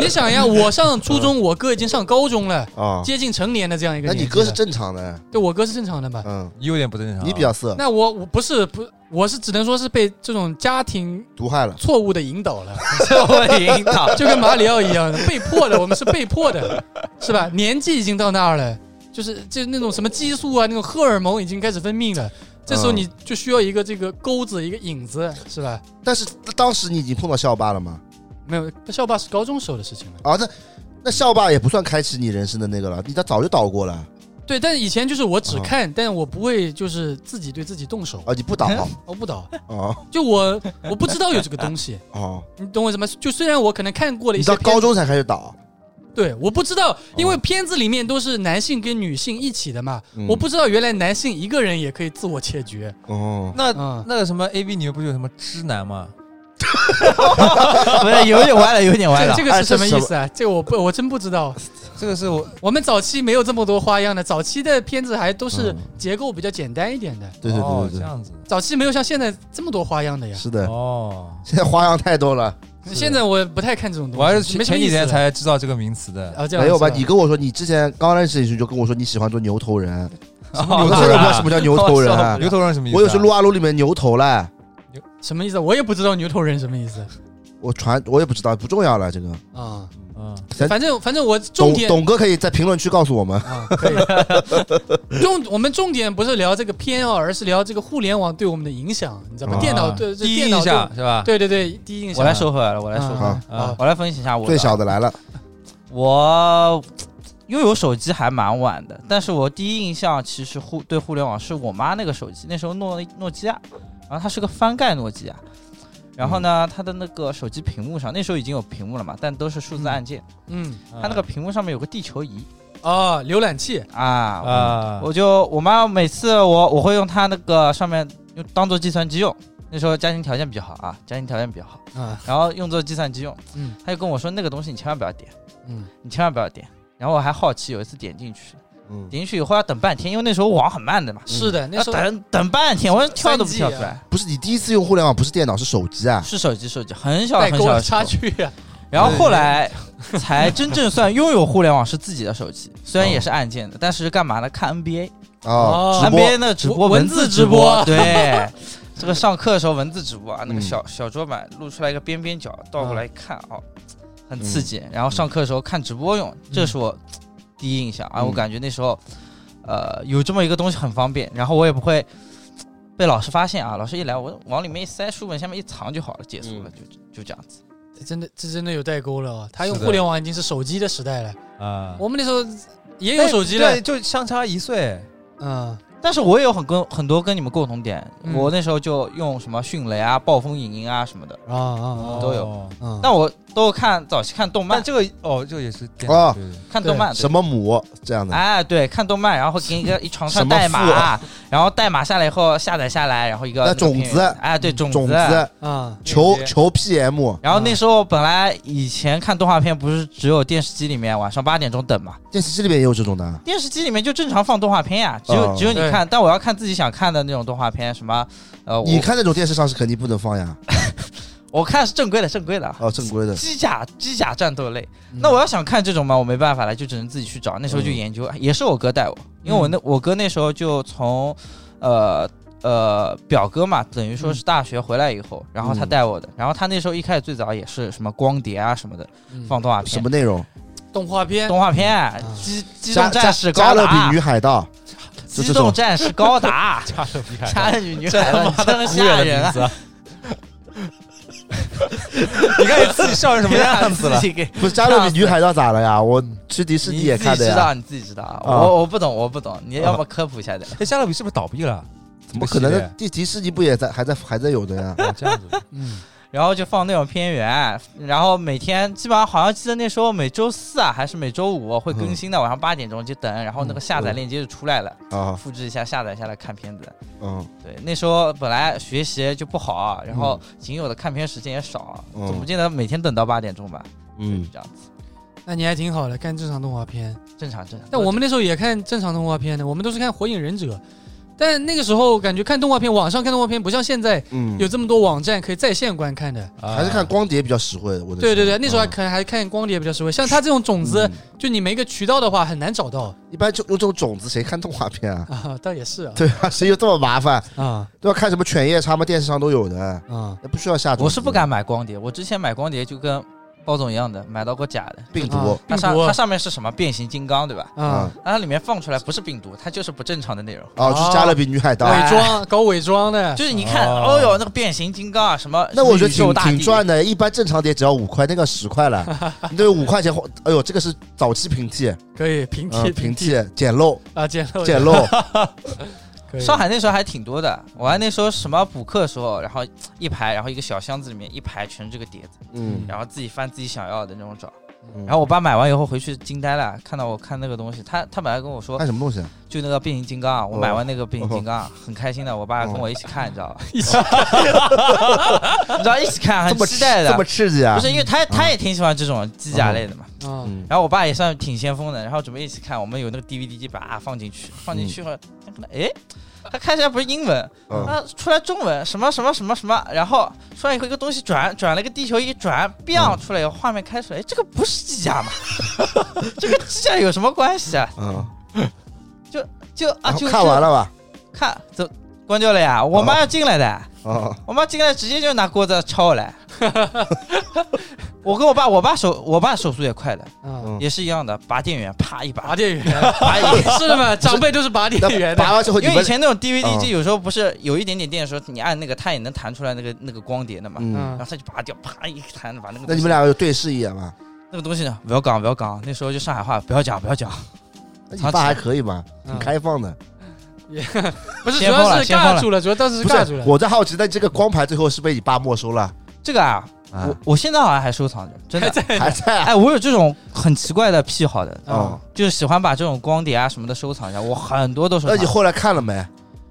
你想呀，我上初中，我哥已经上高中了，啊，接近成年的这样一个那年纪了。你哥是正常的，对我哥是正常的嘛？嗯，你有点不正常啊。你比较色，那我我不是不，我是只能说是被这种家庭毒害了。错误的引导了，社会引导。就跟马里奥一样，被迫的，我们是被迫的，是吧？年纪已经到那儿了，就是就那种什么激素啊，那种荷尔蒙已经开始分泌了，这时候嗯你就需要一个这个钩子，一个引子，是吧？但是当时你已经碰到校霸了吗？没有，校霸是高中时候的事情了。啊，那那校霸也不算开启你人生的那个了，你他早就倒过了对，但以前就是我只啊看，但我不会就是自己对自己动手，啊，你不倒我不倒，啊就我我不知道有这个东西，哦，你懂我意思吗？就虽然我可能看过了一你些到片高中才开始倒，啊对，我不知道，因为片子里面都是男性跟女性一起的嘛，嗯我不知道原来男性一个人也可以自我切决。哦，那嗯，那个什么 A V 里面不是有什么直男吗？不是有点歪了，有点歪这了这。个是什么意思啊？这个我不，我真不知道。这个是我我们早期没有这么多花样的，早期的片子还都是嗯结构比较简单一点的，对对哦对这对样子早期没有像现在这么多花样的对，呀。是的，哦，现在花样太多了。是现在我不太看这种东西，我还是没前什么前意几思天才知道这个名词的。啊，这样没有是吧？你跟我说，你之前刚认识你时就跟我说你喜欢做牛头人，哦我牛根头本人不啊知道什么叫牛头人啊。牛头人什么意思啊？我有时候撸啊撸里面牛头了，什么意思？我也不知道牛头人什么意思我传我也不知道，不重要了。这个啊。嗯，咱反正反正我重董点董哥可以在评论区告诉我们。啊，可以。重我们重点不是聊这个偏哦，而是聊这个互联网对我们的影响，你知道吗？啊电脑对这第一电脑印对象是吧？对对对，第一印象。我来收回来了，我嗯，来收回来啊了，嗯啊啊我来分析一下我的最小的来了，我拥有手机还蛮晚的，但是我第一印象其实互对互联网是我妈那个手机，那时候诺诺基亚，然后它是个翻盖诺基亚，然后嗯呢，它的那个手机屏幕上那时候已经有屏幕了嘛，但都是数字按键，嗯它那个屏幕上面有个地球仪啊，浏览器啊，啊，我就我妈每次我我会用它那个上面用当做计算机用。那时候家庭条件比较好啊，家庭条件 比较好，啊，然后用作计算机用，嗯她就跟我说那个东西你千万不要点，嗯你千万不要点。然后我还好奇，有一次点进去，嗯，点进去以后要等半天，因为那时候网很慢的嘛，是的，嗯那要时候啊等等半天，我跳都不 3G 跳出来。不是你第一次用互联网，不是电脑，是手机啊。是手机，手机很小代很沟小的的时候差距啊，然后 后来才真正算拥有互联网是自己的手机，虽然也是按键的，但是干嘛呢？看 NBA，NBA 哦，直播 NBA 那直播文文字字直直播播，对， 这个上课的时候文字直播啊，那个嗯小小桌板露出来一个边边角，倒过来一看哦，很刺激。然后上课的时候看直播用，这是我第一印象啊，嗯我感觉那时候呃有这么一个东西很方便，然后我也不会。被老师发现啊！老师一来，我往里面一塞，书本下面一藏就好了，结束了，就就这样子。这真的这真的有代沟了啊！他用是的互联网已经是手机的时代了，啊，我们那时候也哎有手机了对，，就相差一岁。哎嗯但是我也有很跟很多跟你们共同点，嗯我那时候就用什么迅雷啊、暴风影音啊什么的，啊啊都有有，啊啊！但我都看早期看动漫但，哦这个哦，这个也是电哦脑，对对对看动漫，什么母这样的，哎，对，看动漫，然后给你一个一长什串么代父码， 然后代码下来以后下载下来，然后一个那那个种片源子哎，对，种种子啊，求求 PM，然后那嗯时候本来以前看动画片不是只有电视机里面晚上八点钟等嘛，电视机里面也有这种的。啊电视机里面就正常放动画片呀，只有哦只有你对看，但我要看自己想看的那种动画片，什么呃，我你看那种电视上是肯定不能放呀，我看是正规的，正规的啊，哦，正规的，机甲机甲战斗类。那我要想看这种嘛，我没办法了，就只能自己去找。那时候就嗯研究，也是我哥带我，因为我那我哥那时候就从，呃呃表哥嘛，等于说嗯是大学回来以后，然后他带我的。然后他那时候一开始最早也是什么光碟啊什么的，嗯放动画什片么。内容？动画片动画片嗯，机机加动加战士加高勒比达女，海盗，就机这种动战士 高达，加勒比海加盗，勒比女孩子，真的古远吓的人名啊！字啊。你看你自己笑成什 么样子了自？己给不是加勒比女海盗咋了呀？我去迪士尼也看的你自己知呀，道，你自己知道啊。啊我我不懂，我不懂，你要不科普一下的。哎，加勒比是不是倒闭了？怎么可能这呢个？迪迪士尼不也在还在还在有的呀？系列？哦这样子，嗯然后就放那种片源，然后每天基本上好像记得那时候每周四啊还是每周五会更新的，晚上八点钟就等，然后那个下载链接就出来了，啊，复制一下下载下来看片子。嗯，对，那时候本来学习就不好，然后仅有的看片时间也少，嗯总不见得每天等到八点钟吧？嗯就这样子，那你还挺好的，看正常动画片。正常正常。但我们那时候也看正常动画片的，我们都是看《火影忍者》，但那个时候感觉看动画片，网上看动画片不像现在嗯，有这么多网站可以在线观看的。还是看光碟比较实惠。我的对对对，那时候还嗯可能还看光碟比较实惠，像他这种种子嗯，就你没个渠道的话很难找到一般就用这种种子，谁看动画片啊？ 啊。倒也是啊，对啊，谁有这么麻烦？啊都要看什么犬夜叉吗？电视上都有的，啊也不需要下种子。我是不敢买光碟，我之前买光碟就跟包总一样的买到过假的，病啊毒它上病毒它上面是什么变形金刚对吧？啊啊，那它里面放出来不是病毒，它就是不正常的内容。哦，就是加勒比女海盗。哎伪装搞伪装 的，就是你看，哦哦哟，那个变形金刚啊，什么那我觉得什么挺宇宙大挺帝赚的，一般正常的也只要五块，那个十块了，你这五块钱花，哎呦，这个是早期平替，可以平替嗯，平替捡漏啊，捡漏捡漏，可以啊上海那时候还挺多的，我还那时候什么补课的时候，然后一排，然后一个小箱子里面一排全是这个碟子，嗯，然后自己翻自己想要的那种找。嗯然后我爸买完以后回去惊呆了，看到我看那个东西，他他本来跟我说看什么东西啊？就那个变形金刚啊，我哦买完那个变形金刚啊很开心的，我爸跟我一起看，你知 道吧？一起你知道一起看这很么期待这的么，刺激啊不？是因为他他也挺喜欢这种机甲类的嘛。啊，嗯，然后我爸也算挺先锋的，然后准备一起看，我们有那个 DVD 机把它放进嗯去，放进去后，他可能哎，他开始还不是英文，嗯他出来中文什么什么什么什么，然后出来以后一个东西转转了一个地球仪转，biang 出来以后画面开出来，哎，这个不是机 甲嘛？这个机甲有什么关系啊？嗯，就啊然就后看完，了嗯吧？就看走关掉了呀，我妈要进来的。哦，我妈进来直接就拿锅子抄我来， 我跟我爸，我爸手我爸手速也快的，啊，嗯也是一样的，拔电源啪一拔拔，电源，拔是的嘛，长辈都是拔电那源拔的，完之后你因为以们，前那种 DVD 机嗯有时候不是有一点点电的时候，你按那个它也能弹出来那个那个光碟的嘛，嗯，嗯然后，它就拔掉，啪一弹把那个那东你西们俩有对视一眼吗？那个东西呢，不要讲不要讲，那时候就上海话不要讲不要讲，那你藏起爸来还可以吧？挺嗯开放的。不是主先锋要了是先锋尬了住了，主要当时是不尬住是了，，我在好奇，那这个光盘最后是被你爸没收了？这个啊，啊我我现在好像还收藏着，真还的，在还 在啊？哎，我有这种很奇怪的癖好的，哦啊，就是喜欢把这种光碟啊什么的收藏一下，我很多都收那藏你着。后来看了没？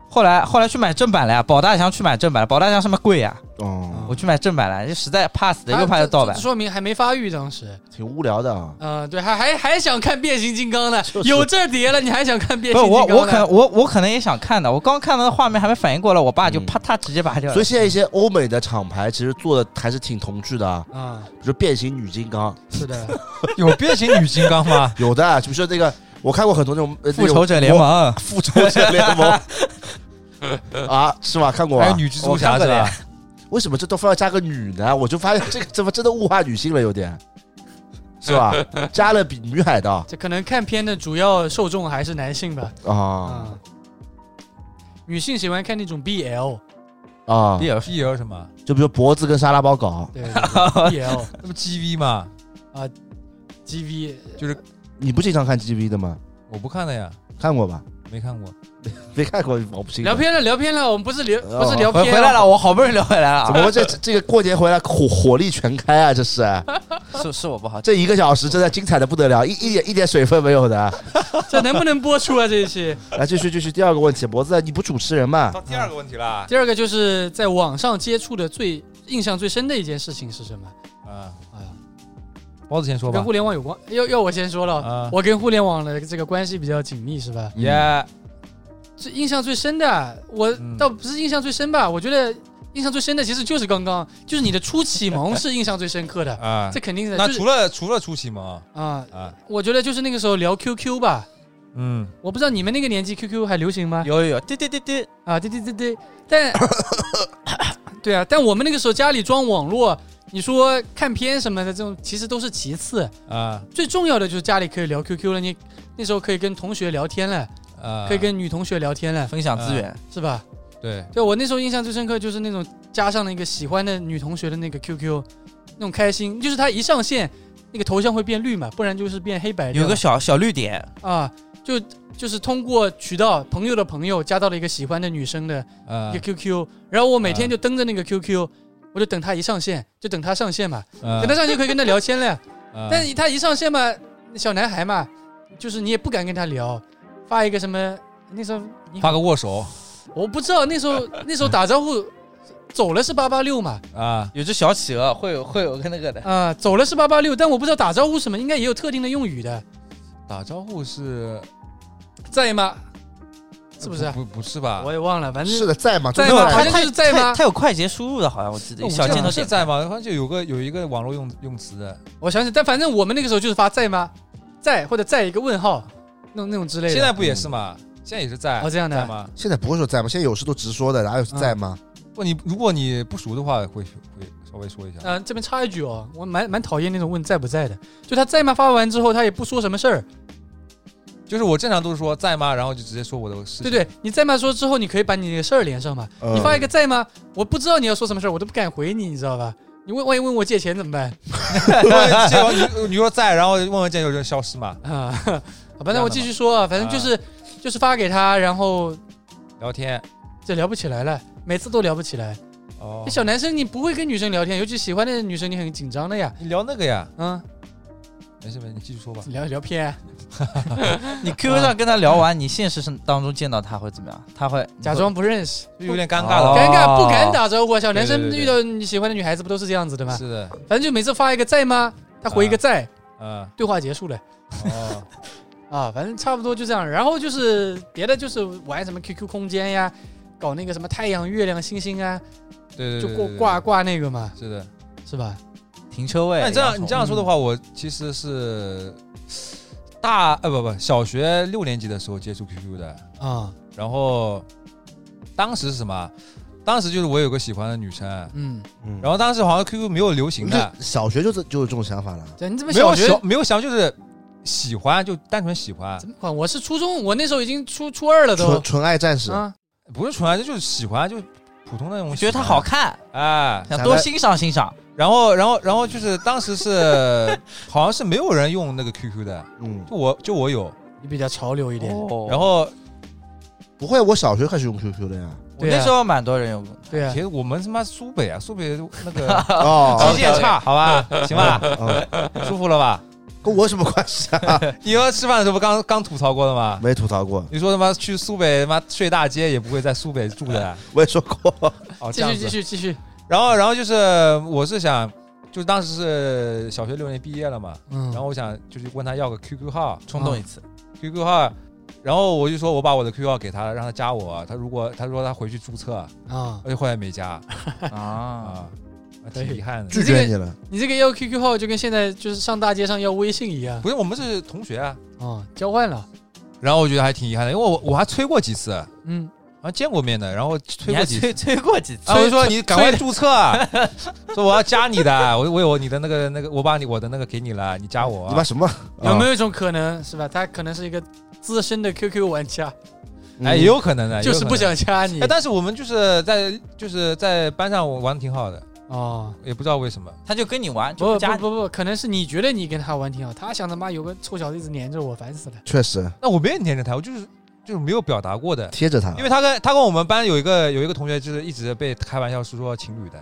后来后来去买正版了呀，宝大祥去买正版了，宝大祥上面贵呀，哦，我去买正版了，就实在怕死的，又怕啊是这盗版这。说明还没发育当时。挺无聊的啊。嗯，对，还还还想看变形金刚呢就，是有这碟了，你还想 看变不形是金我，刚呢？我可我我可能也想看的，我刚看到的画面还没反应过来，我爸就嗯啪嗒直接拔掉所了以。现在一些欧美的厂牌其实做的还是挺童趣的啊，啊，比如变形女金刚，是的，有变形女金 刚吗？有的啊，比如说那个我看过很多那种呃复仇者联、盟那种复仇者联盟 啊，是吧？看过还有啊？女蜘蛛侠是我看过吧了？为什么这都非要加个女呢？我就发现这个怎么真的物化女性了，有点。是 吧？加勒比女海盗这可能看片的主要受众还是男性吧。啊啊，女性喜欢看那种 BL，啊，也有，P L 什么？就比如脖子跟沙拉包 搞，对，BL 那不 G V 吗？ GV 你不经常看 GV 的吗？我不看的呀，看过吧？没看过。没看过，我不信。聊偏了，聊偏了，我们不是聊，哦不是聊回偏回来 了，我好不容易聊回来了怎么啊，会这这这个过年回来火火力全开啊？这是是是我不好，这一个小时真的精彩的不得了，一一点一点水分没有的。这能不能播出啊？这一期。 来，继续继续，第二个问题，脖子，你不主持人嘛？到第二个问题啦，第二个就是在网上接触的最印象最深的一件事情是什么？啊，哎呀，包子先说跟吧。互联网有关，要要我先说了，啊我跟互联网的这个关系比较紧密，是吧？嗯也最印象最深的，啊我嗯倒不是印象最深吧，我觉得印象最深的其实就是刚刚，就是你的初启蒙是印象最深刻的，啊这，肯定的。那就是除了除了初期嘛啊、啊，我觉得就是那个时候聊 QQ 吧，嗯，我不知道你们那个年纪 QQ 还流行吗？有有有，对对对对，啊，对对对对， 但对啊，但我们那个时候家里装网络，你说看片什么的这种，其实都是其次，啊最重要的就是家里可以聊 QQ 了，你那时候可以跟同学聊天了，啊，可以跟女同学聊天了，分享资源，是吧？对对我那时候印象最深刻就是那种加上了一个喜欢的女同学的那个 QQ，那种开心，就是她一上线，那个头像会变绿嘛，不然就是变黑白的。有个小小绿点，啊，就就是通过渠道朋友的朋友加到了一个喜欢的女生的啊一个 QQ，然后我每天就登着那个 QQ，我就等她一上线，就等她上线嘛，啊等她上线可以跟她聊天了。啊但是他一上线嘛，小男孩嘛，就是你也不敢跟他聊，发一个什么那时候你发个握手我不知道那时候那时候打招呼走了是八八六嘛，啊有只小企鹅，会有会有个那个的，啊、走了是八八六，但我不知道打招呼什么，应该也有特定的用语的，打招呼是在吗？是不是啊？不不是吧我？也忘了，反正是的，在吗？在真的吗在好它像它就是在吗它它有快捷输入的，好像我记那得我小这箭头是点，在吗？好像就有个有一个网络用用词的，我想想，但反正我们那个时候就是发在吗，在或者在一个问号，那种那种之类的。嗯现在不也是吗？现在也是在哦这样的在吗？现在不会说在吗？现在有事都直说的，哪有在吗？不，你如果你不熟的话，会会稍微说一下。嗯、这边插一句哦，我蛮蛮讨厌那种问在不在的，就他在吗？发完之后他也不说什么事儿，就是我正常都是说在吗，然后就直接说我的事对不情。对？你在吗？说之后你可以把你那个事儿连上嘛。嗯嗯你发一个在吗？我不知道你要说什么事儿，我都不敢回你，你知道吧？你问万一问我借钱怎么办 对，结果你你说在，然后问问见就就消失嘛，啊？好吧，这样的那我继续说啊，反正就是、就是发给他，然后聊天。就聊不起来了，每次都聊不起来。哦那，哎小男生你不会跟女生聊天，尤其喜欢的女生，你很紧张的呀。你聊那个呀？嗯，没事没事，你继续说吧。聊聊偏啊你 QQ 上跟他聊完，你现实生当中见到他会怎么样？他会假装不认识，就有点尴尬了。哦尴尬不敢打招呼啊。小男对生对对对遇到你喜欢的女孩子不都是这样子的吗？是的，反正就每次发一个在吗？他回一个在，嗯，对话结束了哦，啊，反正差不多就这样。然后就是别的就是玩什么 QQ 空间呀，搞那个什么太阳、月亮、星星啊，对对对，就对过对挂挂那个嘛，是的。是吧？停车位。那你这样然后你这样说的话，我其实是大呃不不小学六年级的时候接触 QQ 的，啊，然后当时是什么？当时就是我有个喜欢的女生，嗯，嗯然后啊当时好像 QQ 没有流行的，这小学就是就有这种想法了，对你怎么没有学？小没有想就是喜欢，就单纯喜欢怎，么管？我是初中，我那时候已经初初二了纯都纯爱战士，啊，不是纯爱，就是喜欢，就普通的那种喜欢。觉得他好看，哎，想多欣赏欣赏。然后然后然后就是当时是 好像是没有人用那个 QQ 的，嗯，就我就我有，你比较潮流一点，哦然后不会，我小学开始用 QQ 的呀，我对啊那时候蛮多人用过，对啊其，实我们他妈苏北啊，苏北 那个哦，基建差，好吧，行吧，哦舒服了吧？跟我有什么关系啊？你要吃饭的时候不刚刚吐槽过了吗？ 没吐槽过，你说他妈去苏北他妈睡大街也不会在苏北住 的，我也说过，哦这继样续子继。续继续，然后然后就是我是想，就是当时是小学六年毕业了嘛，嗯，然后我想就是问他要个 QQ 号嗯冲动一次。 ，QQ 号，然后我就说我把我的 QQ 号给他，让他加我，啊他如果他说他回去注册，啊，而且后来没加啊， 啊，挺遗憾的。拒绝你了，你这个要 QQ 号就跟现在就是上大街上要微信一样不是我们是同学啊，啊，交换了，然后我觉得还挺遗憾的，因为我我还催过几次，好嗯，像见过面的，然后催你过还几次。催催过几次然？后我就说催你赶快注册，啊 说我要加你的，我我有你的那个那个，我把你我的那个给你了，你加我啊你把。什么哦有没有？有一种可能是吧？他可能是一个资深的 QQ 玩家，嗯哎，也有可能的，就是不想。想加你哎，但是我们就是在就是在班上玩的挺好的，哦。也不知道为什么。他就跟你玩，就不加不你。不不，可能是你觉得你跟他玩挺好，他想他妈有个臭小子一直黏着我，烦死了。确实那我没有黏着他，我就是就是没有表达过的，贴着他因，为他跟他跟我们班有一个有一个同学就是一直被开玩笑是说情侣的，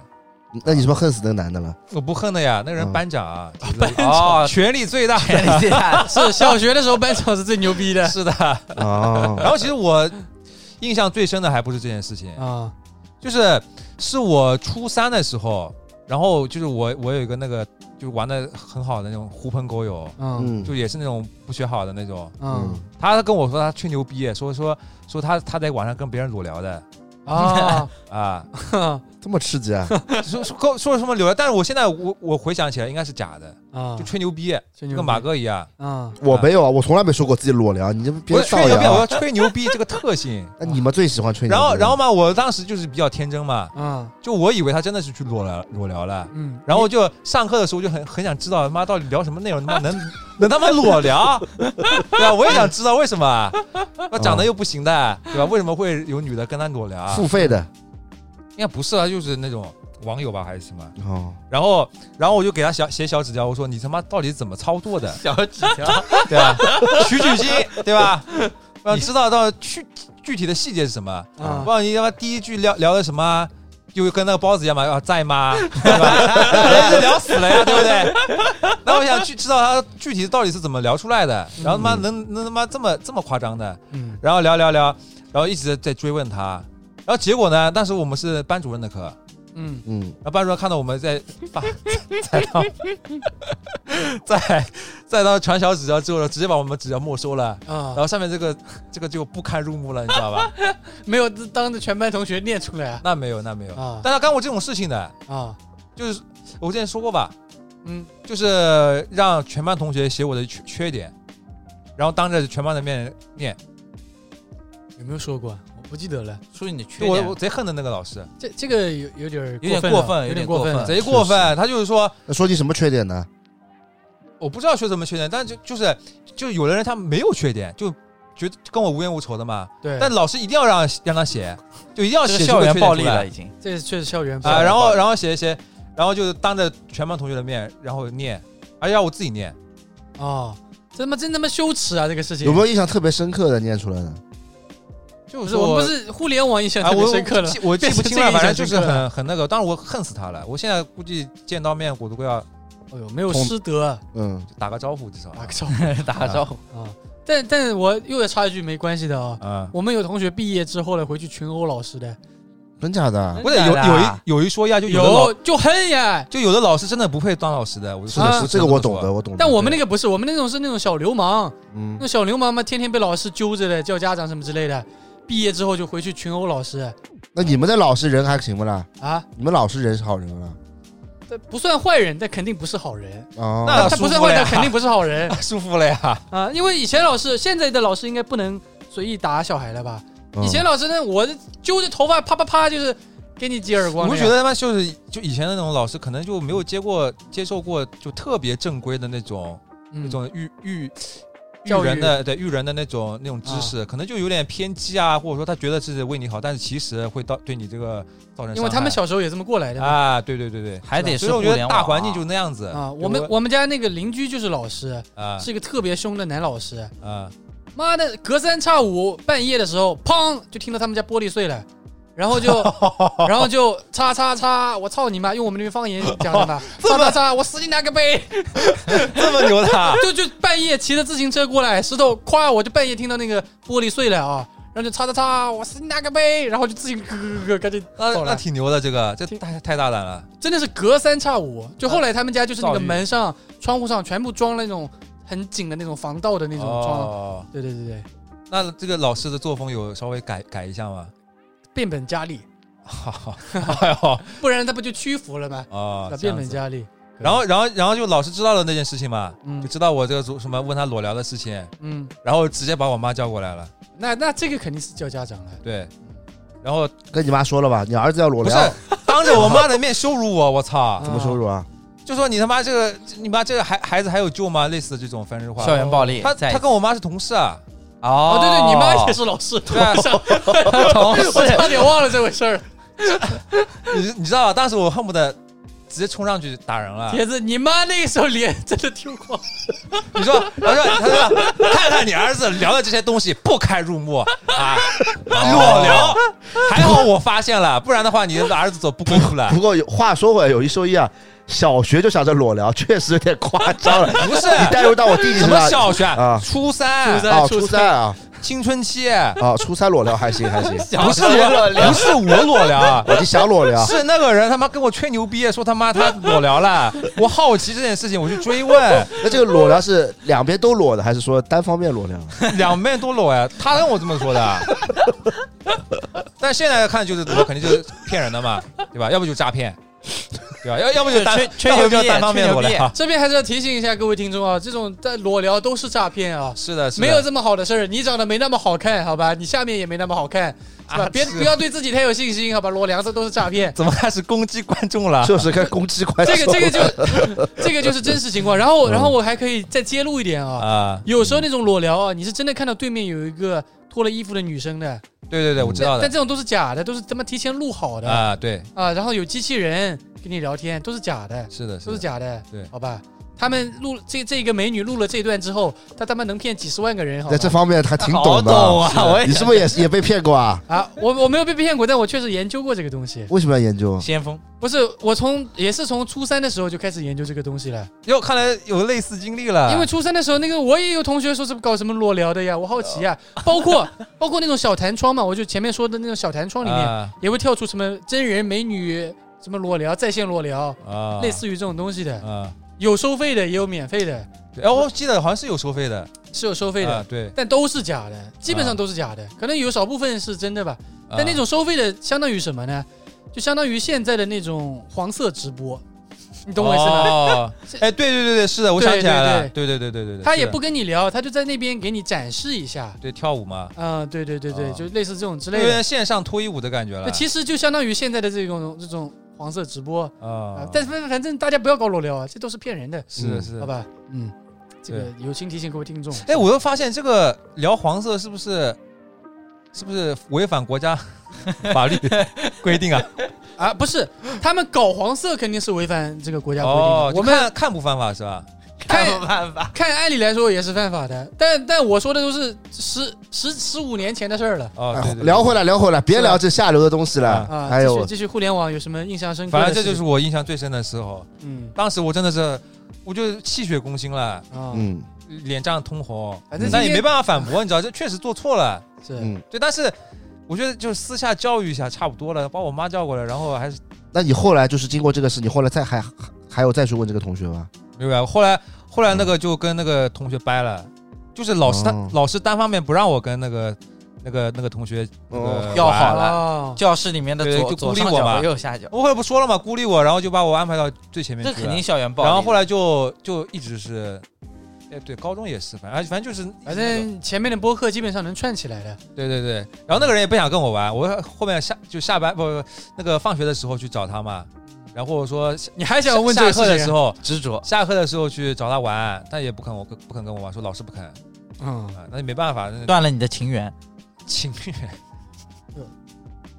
那你是不是恨死那个男的 了？我不恨的呀，那个人嗯班长啊，班长权力最大，权力最大，是 小学的时候班长是最牛逼的是的。然哦，后其实我印象最深的还不是这件事情， 嗯啊就是是我初三的时候，然后就是我我有一个那个就是玩的很好的那种狐朋狗友，嗯嗯就也是那种不学好的那种。嗯他跟我说他吹牛逼，说说说他他在网上跟别人裸聊的啊，啊， 这么刺激啊？说说说说什么裸聊，但是我现在我我回想起来应该是假的，嗯啊就，吹牛逼，吹牛逼跟马哥一样。啊，我没有啊，我从来没说过自己裸聊，你这我别是造吹牛逼，我谣要啊。吹牛逼这个特性。那你们最喜欢吹牛然逼？后然后嘛，我当时就是比较天真嘛，啊就我以为他真的是去裸聊裸聊了。嗯，然后就上课的时候就很很想知道他妈到底聊什么内容，他妈能能他妈裸聊，对吧？我也想知道为什么，那长得又不行的，对吧？为什么会有女的跟他裸聊啊？付费的应该不是啊，就是那种网友吧还是什么？哦，然后然后我就给他小写小纸条，我说你他妈到底怎么操作的小纸 条，对吧？取取经，对 吧？我想知道到底具具体的细节是什么。啊不然你他妈第一句聊聊的什么？啊就跟那个包子一样嘛，啊在吗？对吧？人家聊死了呀，对不对？那我想去知道他具体到底是怎么聊出来的，然后他妈嗯能能他妈这么这么夸张的，嗯然后聊聊聊，然后一直在追问他，然后结果呢？当时我们是班主任的课，嗯嗯，然后班主任看到我们在 把再到 再再到传小纸条之后，直接把我们纸条没收了，然啊，后上面这个这个就不堪入目了，你知道吧？没有当着全班同学念出来啊那没有，那没有，啊但他干过这种事情的，啊，就是我之前说过吧，嗯就是让全班同学写我的缺缺点，然后当着全班的面念，有没有说过？我不不记得了。说你的缺就我我点，贼恨的那个老师，这这个有有点儿有点过过分了有有点过过分了贼过分。他就是说，那说你什么缺点呢？我不知道说什么缺点，但就就是就有的人他没有缺点，就觉得跟我无冤无仇的嘛。对，但老师一定要让让他写，就一定要这写个出校个园缺点暴出力来了已经。这是确实校园啊、暴力然后然后写一写，然后就是当着全班同学的面，然后念，而且要我自己念，哦，这他妈真他妈羞耻啊！这个事情有没有印象特别深刻的念出来呢？就不是说我我们不是互联网印象啊，特别我深刻了，记我记变成不清这 个了，印反正象就深是刻了很很那个，当时我恨死他了，我现在估计见到面我都快要哎呦，没有同师德，嗯，打个招呼至少，打个招呼 打个招呼，啊！但但我又要插一句没关系的啊，嗯，我们有同学毕业之后呢，回去群殴老师的，真假的？不是真有的有一啊有一说一啊，就有的嗯老有就恨呀。就有的老师真的不配当老师啊的，我就是说的，是实啊这个我懂的，， 我懂的。但我们那个不是，我们那种是那种小流氓，嗯那，小流氓嘛，天天被老师揪着的，叫家长什么之类的。毕业之后就回去群殴老师那你们的老师人还行不啦？啊，你们老师人是好人不啦？这不算坏人，但肯定不是好人。哦，那他不舒算服坏了呀人，肯定不是好 人舒服了呀，啊！因为以前老师，现在的老师应该不能随意打小孩了吧？嗯嗯以前老师呢，我揪着头发啪啪啪，就是给你几耳我光那就样。觉得他妈就是就以前的那种老师，可能就没有接过接受过就特别正规的那种那嗯，种育育育教育啊人的对育人的那种那种知识，可能就有点偏激啊，或者说他觉得自己为你好，但是其实会到对你这个造成啊因为他们小时候也这么过来的伤害嘛啊，对对对对，还得所是以互我觉联得网啊大环境就那样子啊。就我们我们家那个邻居就是老师，啊是一个特别凶的男老师。啊妈的，隔三差五半夜的时候，砰就听到他们家玻璃碎了，然后 就，然后就叉叉叉，我操你妈！用我们那边方言讲 的嘛，叉叉叉，我死你拿个杯！这么牛的啊就就半夜骑着自行车过来，石头夸我就半夜听到那个玻璃碎了啊，然后就叉叉叉，我死你拿个杯！然后就自己咯咯咯，赶紧那走那了。挺牛的，这个这挺太太大胆了，真的是隔三差五，就后来他们家就是那个造门上、窗户上全部装了那种很紧的那种防盗的那种窗。哦，对对对对，那这个老师的作风有稍微改改一下吗？ 变本加厉，哎呦不然他不就屈服了吗？ 哦啊，这变样本子。加厉。然后然后然后就老师知道了那件事情嘛，嗯就知道我这个主什么问他裸聊的事情，嗯，然后直接把我妈叫过来了，那那这个肯定是叫家长了。对，然后跟你妈说了吧，你儿子要裸不是聊， 当着我妈的面羞辱我，我操！怎么羞辱啊？就说你他妈这个，你妈这个孩孩子还有救吗？类似这种反正话。校园暴力。他在他跟我妈是同事啊， 哦哦，对对，你妈也是老师，对啊是 同我事，差点忘了这回事儿。你你知道，当时我恨不得直接冲上去打人了。铁子，你妈那个时候脸真的丢光。你说，他说他说，看看你儿子聊的这些东西不堪入目啊，哦裸聊，还好我发现了，不然的话你的儿子走不归路了。不过有话说回来，有一说一啊，小学就想着裸聊，确实有点夸张了。不是你带入到我弟弟什身么上小学啊，初三，初三啊，初三啊，青春期，啊，初三裸聊还行还行，不是我，不是我裸 聊啊，啊，你想裸聊，是那个人他妈跟我吹牛逼，说他妈他裸聊了。我好奇这件事情，我去追问，那这个裸聊是两边都裸的，还是说单方面裸聊？ 两面都裸呀，他跟我这么说的。但现在看就是我肯定就是骗人的嘛，对吧？要不就诈骗，对吧？要要不就单吹吹要不牛就逼单方面裸聊。这边还是要提醒一下各位听众啊，这种在裸聊都是诈骗啊。是的，是的没有这么好的事儿，你长得没那么好看，好吧？你下面也没那么好看，是吧？啊别是不要对自己太有信心，好吧？裸聊这都是诈 骗。怎么开始攻击观众 了？啊就是跟攻击关系。这个这个就 这个就是真实情况。然后然后我还可以再揭露一点啊，嗯啊，有时候那种裸聊啊，你是真的看到对面有一个脱了衣服的女生的，对对对，我知道但的但这种都是假的，都是他妈提前录好的啊啊，对，然后有机器人跟你聊天，都是假的，是的，是都是的，假的，对好吧？他们录这这个美女录了这段之后，她他妈能骗几十万个人，好吧在这方面还挺好懂懂的。啊，我也你是不是也也被骗过啊？啊，我我没有被骗过，但我确实研究过这个东西。为什么要研 究？先锋，不是，我从也是从初三的时候就开始研究这个东西了，哟，看来有类似经历了。因为初三的时候，那个我也有同学说是搞什么裸聊的呀，我好奇呀，包括包括那种小弹窗嘛，我就前面说的那种小弹窗里面啊也会跳出什么真人美女什么裸聊、在线裸聊，啊类似于这种东西的，啊，有收费的也有免费的，对哎，我记得好像是有收费的，是有收费啊的，对。但都是假的，基本上啊都是假的，可能有少部分是真的吧，啊但那种收费的相当于什么呢？就相当于现在的那种黄色直播，你懂我意思吗？哦哎，对对对对，是的，我想起来了，对对对对对对，他也是的不跟你聊，他就在那边给你展示一下。对跳舞嘛，嗯，对对对对，哦就类似这种之有类的。点线上脱衣舞的感觉了那。其实就相当于现在的这种这种黄色直播啊啊，，但是反反正大家不要搞裸聊啊，这都是骗人的，是的是好的。吧？嗯，这个友情提醒各位听众。哎，我又发现这个聊黄色是不是是不是违反国家法律 规定啊？啊，不是，他们搞黄色肯定是违反这个国家规定的。哦，就我们看看不犯法是吧？看看有办法。看按理来说也是犯法的，但但我说的都是十十十五年前的事儿了哦，对对对聊回来，聊回来，别是吧聊这下流的东西了。啊。哎继续呦，继续，互联网有什么印象深刻反的正事情？这就是我印象最深的时候，嗯当时我真的是，我就气血攻心了，啊嗯脸涨通红，反正今天但也没办法反驳，你知道，这确实做错了，是嗯，对，但是我觉得就是私下教育一下差不多了，把我妈叫过来，然后还是那你后来就是经过这个事，你后来再还还还有再去问这个同 学吗？没有啊，后来后来那个就跟那个同学掰了，就是老师他、哦老师单方面不让我跟那个那个那个同学那个哦玩要好了哦 教室里面的对左就左孤立上我角嘛和右下角，我后来不说了嘛，孤立我，然后就把我安排到最前面去这了。肯定校园暴力。然后后来就就一直是，哎，对，高中也是，反正反正就是，反正前面的播客基本上能串起来的。对对对。然后那个人也不想跟我玩，我后面下就下班不不那个放学的时候去找他嘛，然后我说下你还想问这下个课的时候？候，执着，下课的时候去找他玩，但也不肯我跟不肯跟我玩，说老师不肯啊，嗯，那也没办法，那断了你的情缘。情愿